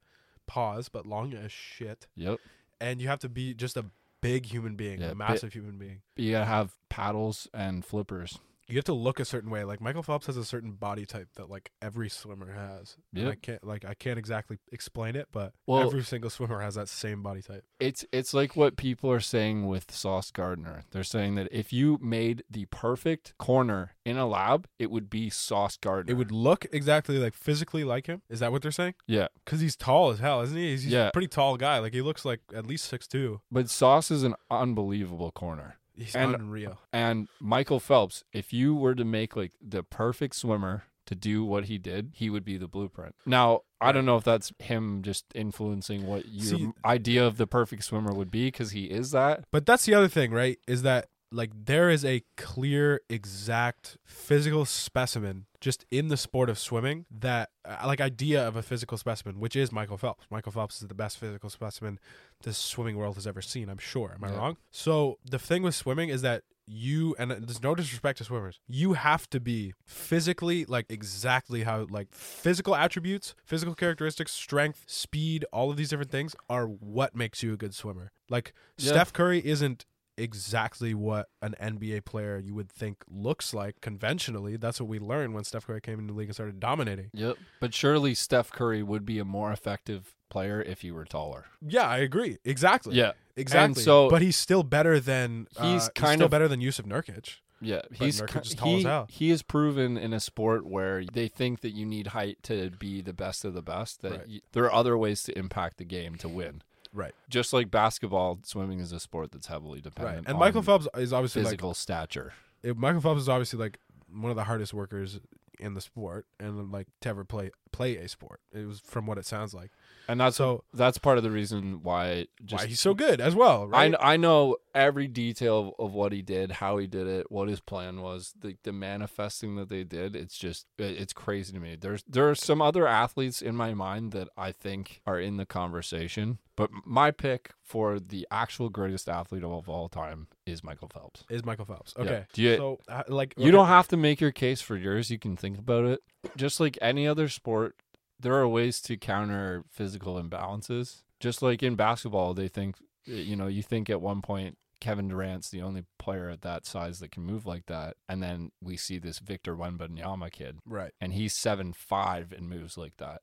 Speaker 2: Pause, but long as shit,
Speaker 1: Yep.
Speaker 2: and you have to be just a big human being,
Speaker 1: Yeah,
Speaker 2: a
Speaker 1: bi-
Speaker 2: massive human being.
Speaker 1: You gotta have paddles and flippers.
Speaker 2: You have to look a certain way. Like Michael Phelps has a certain body type that like every swimmer has. And
Speaker 1: Yep.
Speaker 2: I can't like I can't exactly explain it, but
Speaker 1: Well-
Speaker 2: every single swimmer has that same body type.
Speaker 1: It's it's like what people are saying with Sauce Gardner. They're saying that if you made the perfect corner in a lab, it would be Sauce Gardner.
Speaker 2: It would look exactly like physically like him. Is that what they're saying?
Speaker 1: Yeah.
Speaker 2: Because he's tall as hell, isn't he? He's, he's
Speaker 1: Yeah.
Speaker 2: a pretty tall guy. Like he looks like at least six two.
Speaker 1: But Sauce is an unbelievable corner.
Speaker 2: He's
Speaker 1: And-
Speaker 2: unreal.
Speaker 1: And Michael Phelps, if you were to make like the perfect swimmer to do what he did, he would be the blueprint. Now, I don't know if that's him just influencing what your
Speaker 2: See-
Speaker 1: idea of the perfect swimmer would be because he is that.
Speaker 2: But that's the other thing, right? Is that like there is a clear, exact physical specimen just in the sport of swimming that uh, like idea of a physical specimen, which is Michael Phelps. Michael Phelps is the best physical specimen the swimming world has ever seen. I'm sure. Am I
Speaker 1: Yeah.
Speaker 2: wrong? So the thing with swimming is that you and uh, there's no disrespect to swimmers. You have to be physically like exactly how like physical attributes, physical characteristics, strength, speed, all of these different things are what makes you a good swimmer. Like
Speaker 1: Yeah.
Speaker 2: Steph Curry isn't exactly what an NBA player you would think looks like conventionally. That's what we learned when Steph Curry came into the league and started dominating.
Speaker 1: Yep. But surely Steph Curry would be a more effective player if he were taller.
Speaker 2: Yeah, I agree. Exactly.
Speaker 1: Yeah.
Speaker 2: Exactly.
Speaker 1: so-
Speaker 2: but he's still better than uh,
Speaker 1: He's
Speaker 2: he's
Speaker 1: kind
Speaker 2: still
Speaker 1: of-
Speaker 2: better than Yusuf Nurkic.
Speaker 1: Yeah, he's
Speaker 2: Nurkic
Speaker 1: ki-
Speaker 2: is tall as
Speaker 1: he-
Speaker 2: hell.
Speaker 1: He is proven in a sport where they think that you need height to be the best of the best. That
Speaker 2: Right.
Speaker 1: you, there are other ways to impact the game to win.
Speaker 2: Right.
Speaker 1: Just like basketball, swimming is a sport that's heavily
Speaker 2: Right.
Speaker 1: dependent
Speaker 2: And,
Speaker 1: on
Speaker 2: Michael Phelps is obviously like
Speaker 1: physical stature.
Speaker 2: if Michael Phelps is obviously like one of the hardest workers in the sport and like to ever play play a sport. It was from what it sounds like.
Speaker 1: And that's
Speaker 2: So
Speaker 1: that's part of the reason why just
Speaker 2: why he's so good as
Speaker 1: I,
Speaker 2: well, right?
Speaker 1: kn- I know every detail of what he did, how he did it, what his plan was, the, the manifesting that they did. It's just it- it's crazy to me. There's there are some other athletes in my mind that I think are in the conversation, but my pick for the actual greatest athlete of all time is Michael Phelps.
Speaker 2: Is Michael Phelps.
Speaker 1: Yeah.
Speaker 2: Okay.
Speaker 1: Do you-
Speaker 2: so uh, like
Speaker 1: You don't have to make your case for yours. You can think about it. Just like any other sport, there are ways to counter physical imbalances. Just like in basketball, they think, eh, you know, you think at one point Kevin Durant's the only player at that size that can move like that. And then we see this Victor Wembanyama kid,
Speaker 2: Right.
Speaker 1: and he's seven five and moves like that.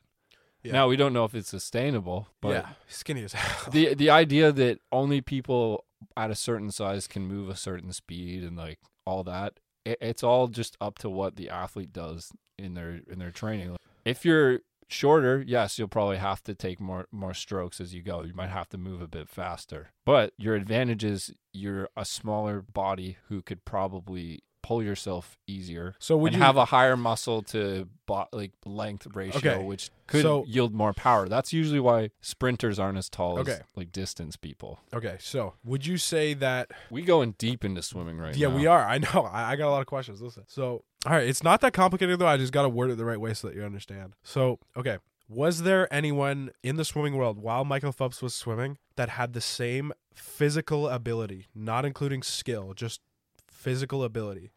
Speaker 2: Yeah.
Speaker 1: Now, we don't know if it's sustainable, but
Speaker 2: yeah. Skinny as hell.
Speaker 1: the the idea that only people at a certain size can move a certain speed and like all that it, it's all just up to what the athlete does in their in their training Like, if you're shorter yes you'll probably have to take more more strokes as you go you might have to move a bit faster but your advantage is you're a smaller body who could probably pull yourself easier
Speaker 2: so would
Speaker 1: and
Speaker 2: you
Speaker 1: have a higher muscle to bo- like length ratio,
Speaker 2: Okay,
Speaker 1: which could
Speaker 2: so-
Speaker 1: yield more power. That's usually why sprinters aren't as tall as
Speaker 2: Okay.
Speaker 1: like distance people.
Speaker 2: Okay, so would you say that
Speaker 1: We going deep into swimming right
Speaker 2: yeah,
Speaker 1: now.
Speaker 2: we are. I know. I, I got a lot of questions. Listen. So, all right, it's not that complicated though. I just got to word it the right way so that you understand. So, okay, Was there anyone in the swimming world while Michael Phelps was swimming that had the same physical ability, not including skill, just physical ability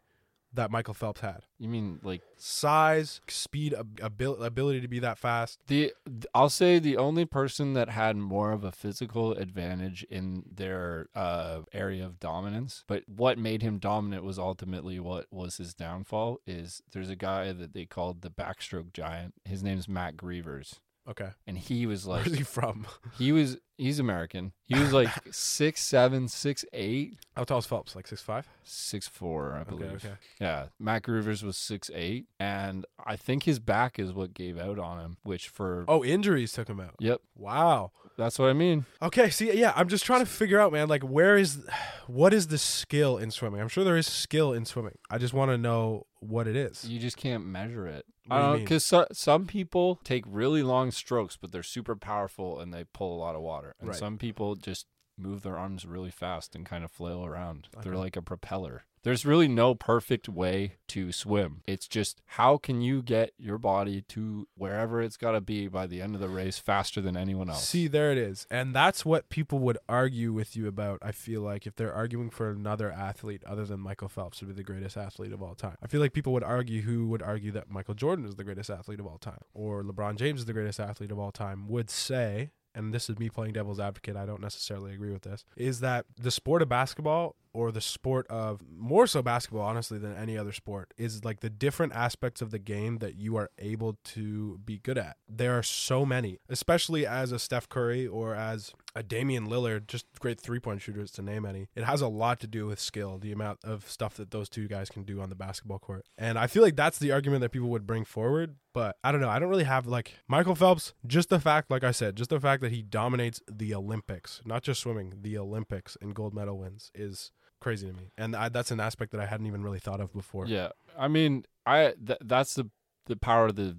Speaker 2: that Michael Phelps had?
Speaker 1: You mean like
Speaker 2: Size, speed, ab- abil- ability to be that fast.
Speaker 1: the I'll say the only person that had more of a physical advantage in their uh, area of dominance, but what made him dominant was ultimately what was his downfall. Is there's a guy that they called the backstroke giant. His name's Matt Grievers,
Speaker 2: Okay.
Speaker 1: and he was like
Speaker 2: Where's he from?
Speaker 1: he was he's American. He was like six seven, six eight,
Speaker 2: How tall is Phelps? Like six five?
Speaker 1: six four, I
Speaker 2: Okay,
Speaker 1: believe.
Speaker 2: okay.
Speaker 1: Yeah, Matt Grievers was six eight, and I think his back is what gave out on him, which for
Speaker 2: Oh, injuries took him out.
Speaker 1: yep,
Speaker 2: Wow.
Speaker 1: that's what I mean.
Speaker 2: Okay, see, yeah, I'm just trying to figure out, man, like where is what is the skill in swimming? I'm sure there is skill in swimming. I just want to know what it is.
Speaker 1: You just can't measure it.
Speaker 2: What do you mean?
Speaker 1: because Uh, so, some people take really long strokes, but they're super powerful and they pull a lot of water. And
Speaker 2: Right.
Speaker 1: some people just move their arms really fast and kind of flail around. They're
Speaker 2: Okay.
Speaker 1: like a propeller. There's really no perfect way to swim. It's just how can you get your body to wherever it's got to be by the end of the race faster than anyone else.
Speaker 2: See, there it is. And that's what people would argue with you about, I feel like, if they're arguing for another athlete other than Michael Phelps to be the greatest athlete of all time. I feel like people would argue who would argue that Michael Jordan is the greatest athlete of all time or LeBron James is the greatest athlete of all time would say, and this is me playing devil's advocate, I don't necessarily agree with this, is that the sport of basketball or the sport of more so basketball honestly than any other sport is like the different aspects of the game that you are able to be good at. There are so many, especially as a Steph Curry or as a Damian Lillard, just great three-point shooters to name any. It has a lot to do with skill, the amount of stuff that those two guys can do on the basketball court. And I feel like that's the argument that people would bring forward, but I don't know. I don't really have like Michael Phelps, just the fact, like I said, just the fact that he dominates the Olympics, not just swimming, the Olympics and gold medal wins is crazy to me. And I, that's an aspect that I hadn't even really thought of before.
Speaker 1: Yeah, I mean, I th- that's the the power of the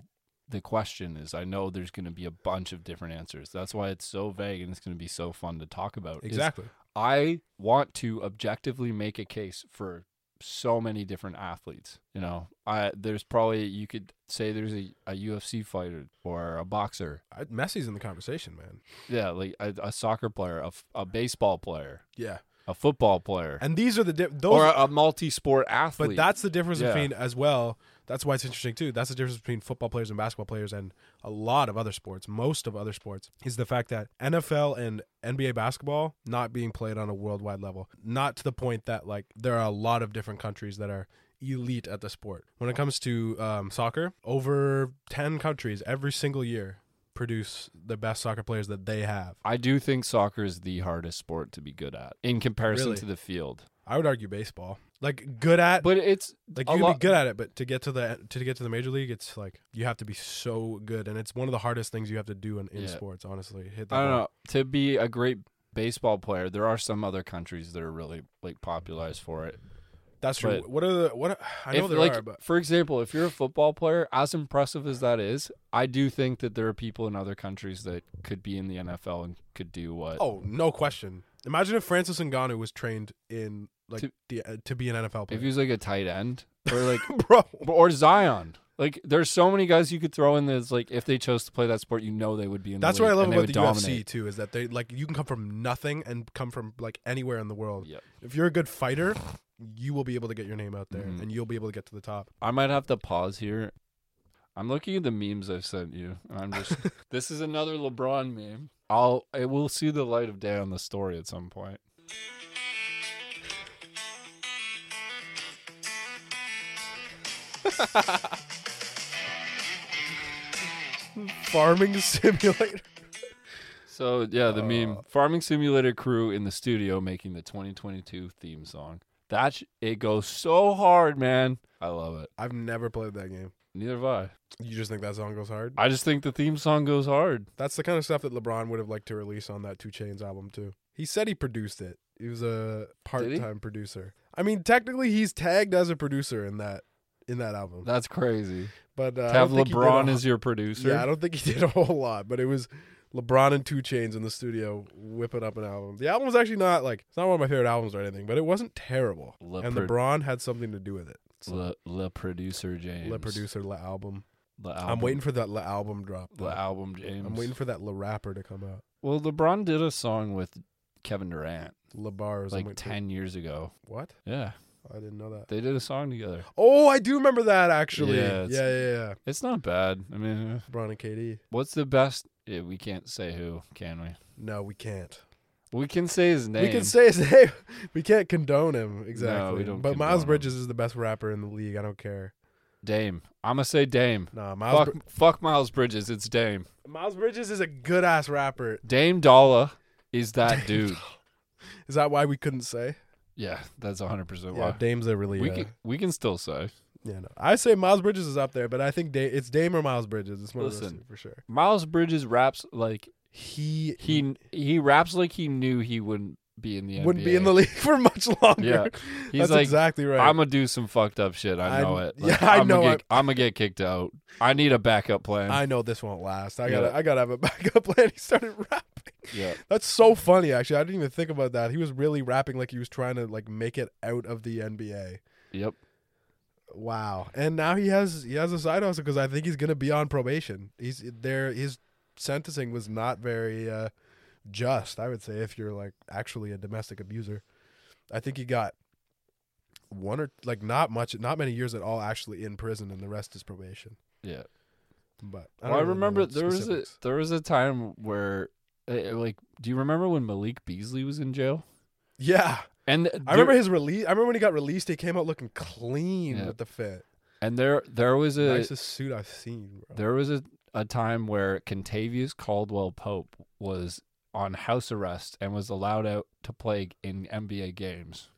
Speaker 1: the question is. I know there's going to be a bunch of different answers. That's why it's so vague and it's going to be so fun to talk about. is
Speaker 2: Exactly.
Speaker 1: I want to objectively make a case for so many different athletes. You know, I there's probably you could say there's a, a UFC fighter or a boxer.
Speaker 2: I, Messi's in the conversation, man.
Speaker 1: Yeah, like a, a soccer player, a, f- a baseball player,
Speaker 2: Yeah.
Speaker 1: a football player,
Speaker 2: And these are the di- those
Speaker 1: or a, a multi-sport athlete.
Speaker 2: But that's the difference
Speaker 1: Yeah.
Speaker 2: between as well. That's why it's interesting too. That's the difference between football players and basketball players and a lot of other sports, most of other sports, is the fact that NFL and NBA basketball not being played on a worldwide level. Not to the point that like there are a lot of different countries that are elite at the sport. When it comes to um, soccer, over 10 countries every single year produce the best soccer players that they have.
Speaker 1: I do think soccer is the hardest sport to be good at in comparison
Speaker 2: Really?
Speaker 1: to the field.
Speaker 2: I would argue baseball. Like good at
Speaker 1: But it's
Speaker 2: Like
Speaker 1: a
Speaker 2: you can be
Speaker 1: lot-
Speaker 2: good at it, but to get to the to get to the major league, it's like you have to be so good, and it's one of the hardest things you have to do in, in
Speaker 1: Yeah.
Speaker 2: sports. Honestly, hit that
Speaker 1: I don't
Speaker 2: ball.
Speaker 1: know. To be a great baseball player, there are some other countries that are really like popularized for it.
Speaker 2: That's true.
Speaker 1: But-
Speaker 2: what are the what? Are, I know
Speaker 1: If,
Speaker 2: there
Speaker 1: like,
Speaker 2: are, but
Speaker 1: for example, if you're a football player, as impressive as that is, I do think that there are people in other countries that could be in the NFL and could do what.
Speaker 2: oh, no question. Imagine if Francis Ngannou was trained in like
Speaker 1: To-
Speaker 2: the, uh, to be an NFL player,
Speaker 1: If he was like a tight end or like
Speaker 2: bro.
Speaker 1: or Zion. Like there's so many guys you could throw in that's like if they chose to play that sport, you know they would be in.
Speaker 2: That's
Speaker 1: the
Speaker 2: what I
Speaker 1: league
Speaker 2: love
Speaker 1: and they
Speaker 2: about the
Speaker 1: would
Speaker 2: UFC
Speaker 1: dominate.
Speaker 2: too is that they like you can come from nothing and come from like anywhere in the world.
Speaker 1: Yep.
Speaker 2: If you're a good fighter, you will be able to get your name out there,
Speaker 1: Mhm.
Speaker 2: and you'll be able to get to the top.
Speaker 1: I might have to pause here. I'm looking at the memes I've sent you, and I'm just this is another LeBron meme. I'll it will see the light of day on the story at some point.
Speaker 2: Farming simulator.
Speaker 1: So yeah, the meme
Speaker 2: Uh.
Speaker 1: farming simulator crew in the studio making the 2022 theme song. That sh- it goes so hard, man. I love it.
Speaker 2: I've never played that game.
Speaker 1: Neither have I.
Speaker 2: You just think that song goes hard?
Speaker 1: I just think the theme song goes hard.
Speaker 2: That's the kind of stuff that LeBron would have liked to release on that Two Chains album too. He said he produced it. He was a part-time producer. I mean, technically, he's tagged as a producer in that in that album.
Speaker 1: That's crazy.
Speaker 2: But uh, I
Speaker 1: to have
Speaker 2: don't think he did a
Speaker 1: LeBron
Speaker 2: whole-
Speaker 1: as your producer.
Speaker 2: yeah, I don't think he did a whole lot. But it was LeBron and Two Chains in the studio whipping up an album. The album was actually not like it's not one of my favorite albums or anything, but it wasn't terrible.
Speaker 1: Le
Speaker 2: and
Speaker 1: pro-
Speaker 2: LeBron had something to do with it. So,
Speaker 1: Le, Le producer James.
Speaker 2: Le producer, Le album.
Speaker 1: The
Speaker 2: I'm waiting for that La album drop.
Speaker 1: the
Speaker 2: though.
Speaker 1: album, James.
Speaker 2: I'm waiting for that La rapper to come out.
Speaker 1: Well, LeBron did a song with Kevin Durant
Speaker 2: La bars. I'm
Speaker 1: like
Speaker 2: waiting for-
Speaker 1: ten years ago.
Speaker 2: What?
Speaker 1: Yeah,
Speaker 2: I didn't know that.
Speaker 1: they did a song together.
Speaker 2: Oh, I do remember that actually.
Speaker 1: Yeah,
Speaker 2: Yeah,
Speaker 1: it's-
Speaker 2: yeah, yeah. yeah.
Speaker 1: It's not bad. I mean, eh.
Speaker 2: LeBron and KD.
Speaker 1: what's the best? Yeah, we can't say who, can we?
Speaker 2: No, we can't.
Speaker 1: We can say his name.
Speaker 2: We can say his name. We can't condone him exactly.
Speaker 1: we don't
Speaker 2: but Miles
Speaker 1: condone
Speaker 2: Bridges is the best rapper in the league. I don't care.
Speaker 1: Dame. I'm gonna say Dame.
Speaker 2: Nah, Miles.
Speaker 1: fuck, fuck Miles Bridges. It's Dame.
Speaker 2: Br- Miles Bridges is a good ass rapper.
Speaker 1: Dame Dalla is that dude.
Speaker 2: Is that why we couldn't say?
Speaker 1: Yeah, that's 100 percent
Speaker 2: Yeah,
Speaker 1: why.
Speaker 2: Dame's a really.
Speaker 1: we
Speaker 2: uh,
Speaker 1: can we can still say
Speaker 2: yeah, no. I say Miles Bridges is up there, but I think da- it's Dame or Miles Bridges. It's one of
Speaker 1: Listen.
Speaker 2: those two for sure.
Speaker 1: Miles Bridges raps like
Speaker 2: He
Speaker 1: he he raps like he knew he wouldn't be in the NBA.
Speaker 2: wouldn't be in the league for much longer.
Speaker 1: Yeah, He's
Speaker 2: That's
Speaker 1: like,
Speaker 2: exactly right.
Speaker 1: I'm gonna do some fucked up shit. I
Speaker 2: I-
Speaker 1: know it.
Speaker 2: yeah, I
Speaker 1: I'm
Speaker 2: know
Speaker 1: Gonna
Speaker 2: it.
Speaker 1: get, I'm gonna get kicked out. I need a backup plan.
Speaker 2: I know this won't last. I
Speaker 1: Yeah.
Speaker 2: gotta, I gotta have a backup plan. He started rapping.
Speaker 1: yeah,
Speaker 2: That's so funny. Actually, I didn't even think about that. He was really rapping like he was trying to like make it out of the NBA.
Speaker 1: yep.
Speaker 2: Wow. And now he has he has a side hustle because I think he's gonna be on probation. He's there. His sentencing was not very uh, just. I would say if you're like actually a domestic abuser, I think he got one or like not much, not many years at all actually in prison, and the rest is probation.
Speaker 1: Yeah.
Speaker 2: But I,
Speaker 1: Well,
Speaker 2: don't
Speaker 1: I
Speaker 2: really know
Speaker 1: remember
Speaker 2: the
Speaker 1: there was a
Speaker 2: specifics.
Speaker 1: there was a time where, eh, like, do you remember when Malik Beasley was in jail?
Speaker 2: yeah.
Speaker 1: And
Speaker 2: I remember his release. I remember when he got released, he came out looking clean
Speaker 1: Yeah.
Speaker 2: with the fit.
Speaker 1: and there there was a
Speaker 2: Nicest suit I've seen, bro.
Speaker 1: there was a, a time where Contavious Caldwell Pope was on house arrest and was allowed out to play in NBA games.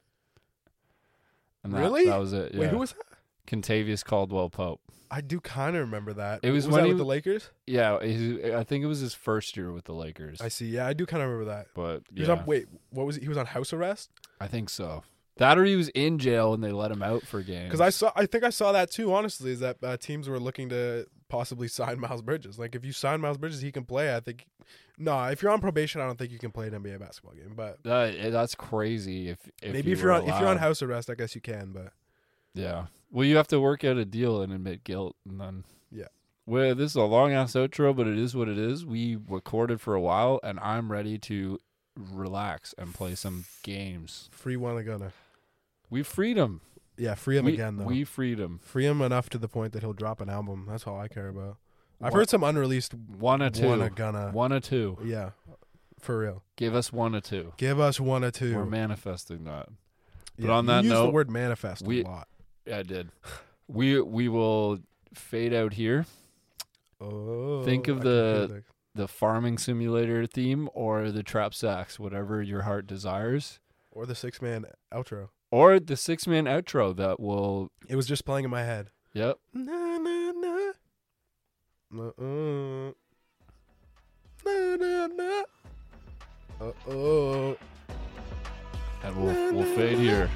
Speaker 1: And that,
Speaker 2: Really?
Speaker 1: That was it. Yeah.
Speaker 2: Wait, who was that?
Speaker 1: Contavious Caldwell Pope?
Speaker 2: I do kind of remember that.
Speaker 1: It was
Speaker 2: was
Speaker 1: when
Speaker 2: that
Speaker 1: he
Speaker 2: with the
Speaker 1: w-
Speaker 2: Lakers.
Speaker 1: Yeah, he- I think it was his first year with the Lakers.
Speaker 2: I see. Yeah, I do kind of remember that.
Speaker 1: but
Speaker 2: He was
Speaker 1: yeah,
Speaker 2: on, wait, what was he? He was on house arrest
Speaker 1: I think so. That or he was in jail and they let him out for games.
Speaker 2: because I saw. I think I saw that too. Honestly, is that uh, teams were looking to possibly sign Miles Bridges. Like if you sign Miles Bridges, he can play. I think. Nah, if you're on probation, I don't think you can play an NBA basketball game. But
Speaker 1: That- eh, that's crazy. If, if
Speaker 2: maybe
Speaker 1: you
Speaker 2: if you're
Speaker 1: were
Speaker 2: on if you're on
Speaker 1: allowed.
Speaker 2: house arrest, I guess you can. But
Speaker 1: yeah. Well, you have to work out a deal and admit guilt, and then
Speaker 2: Yeah.
Speaker 1: Well, this is a long ass outro, but it is what it is. We recorded for a while, and I'm ready to relax and play some games.
Speaker 2: free one gunner.
Speaker 1: We freed him.
Speaker 2: Yeah, free him
Speaker 1: we,
Speaker 2: again though.
Speaker 1: We freed him.
Speaker 2: Free him enough to the point that he'll drop an album. That's all I care about. I've
Speaker 1: One-
Speaker 2: heard some unreleased
Speaker 1: One or two.
Speaker 2: one a gonna.
Speaker 1: One or two.
Speaker 2: Yeah, for real.
Speaker 1: Give us one or two.
Speaker 2: Give us one or 2
Speaker 1: We're manifesting that. but
Speaker 2: Yeah,
Speaker 1: on
Speaker 2: you
Speaker 1: that
Speaker 2: use the
Speaker 1: note,
Speaker 2: word manifest
Speaker 1: we-
Speaker 2: a lot.
Speaker 1: I did. We we will fade out here.
Speaker 2: Oh,
Speaker 1: think of
Speaker 2: I can hear
Speaker 1: the- The farming simulator theme or the trap sacks, whatever your heart desires,
Speaker 2: or the six man outro.
Speaker 1: or the six man outro that will.
Speaker 2: It was just playing in my head.
Speaker 1: Yep.
Speaker 2: Na na na. Na uh. Na na na. Uh oh.
Speaker 1: And we'll we'll fade here.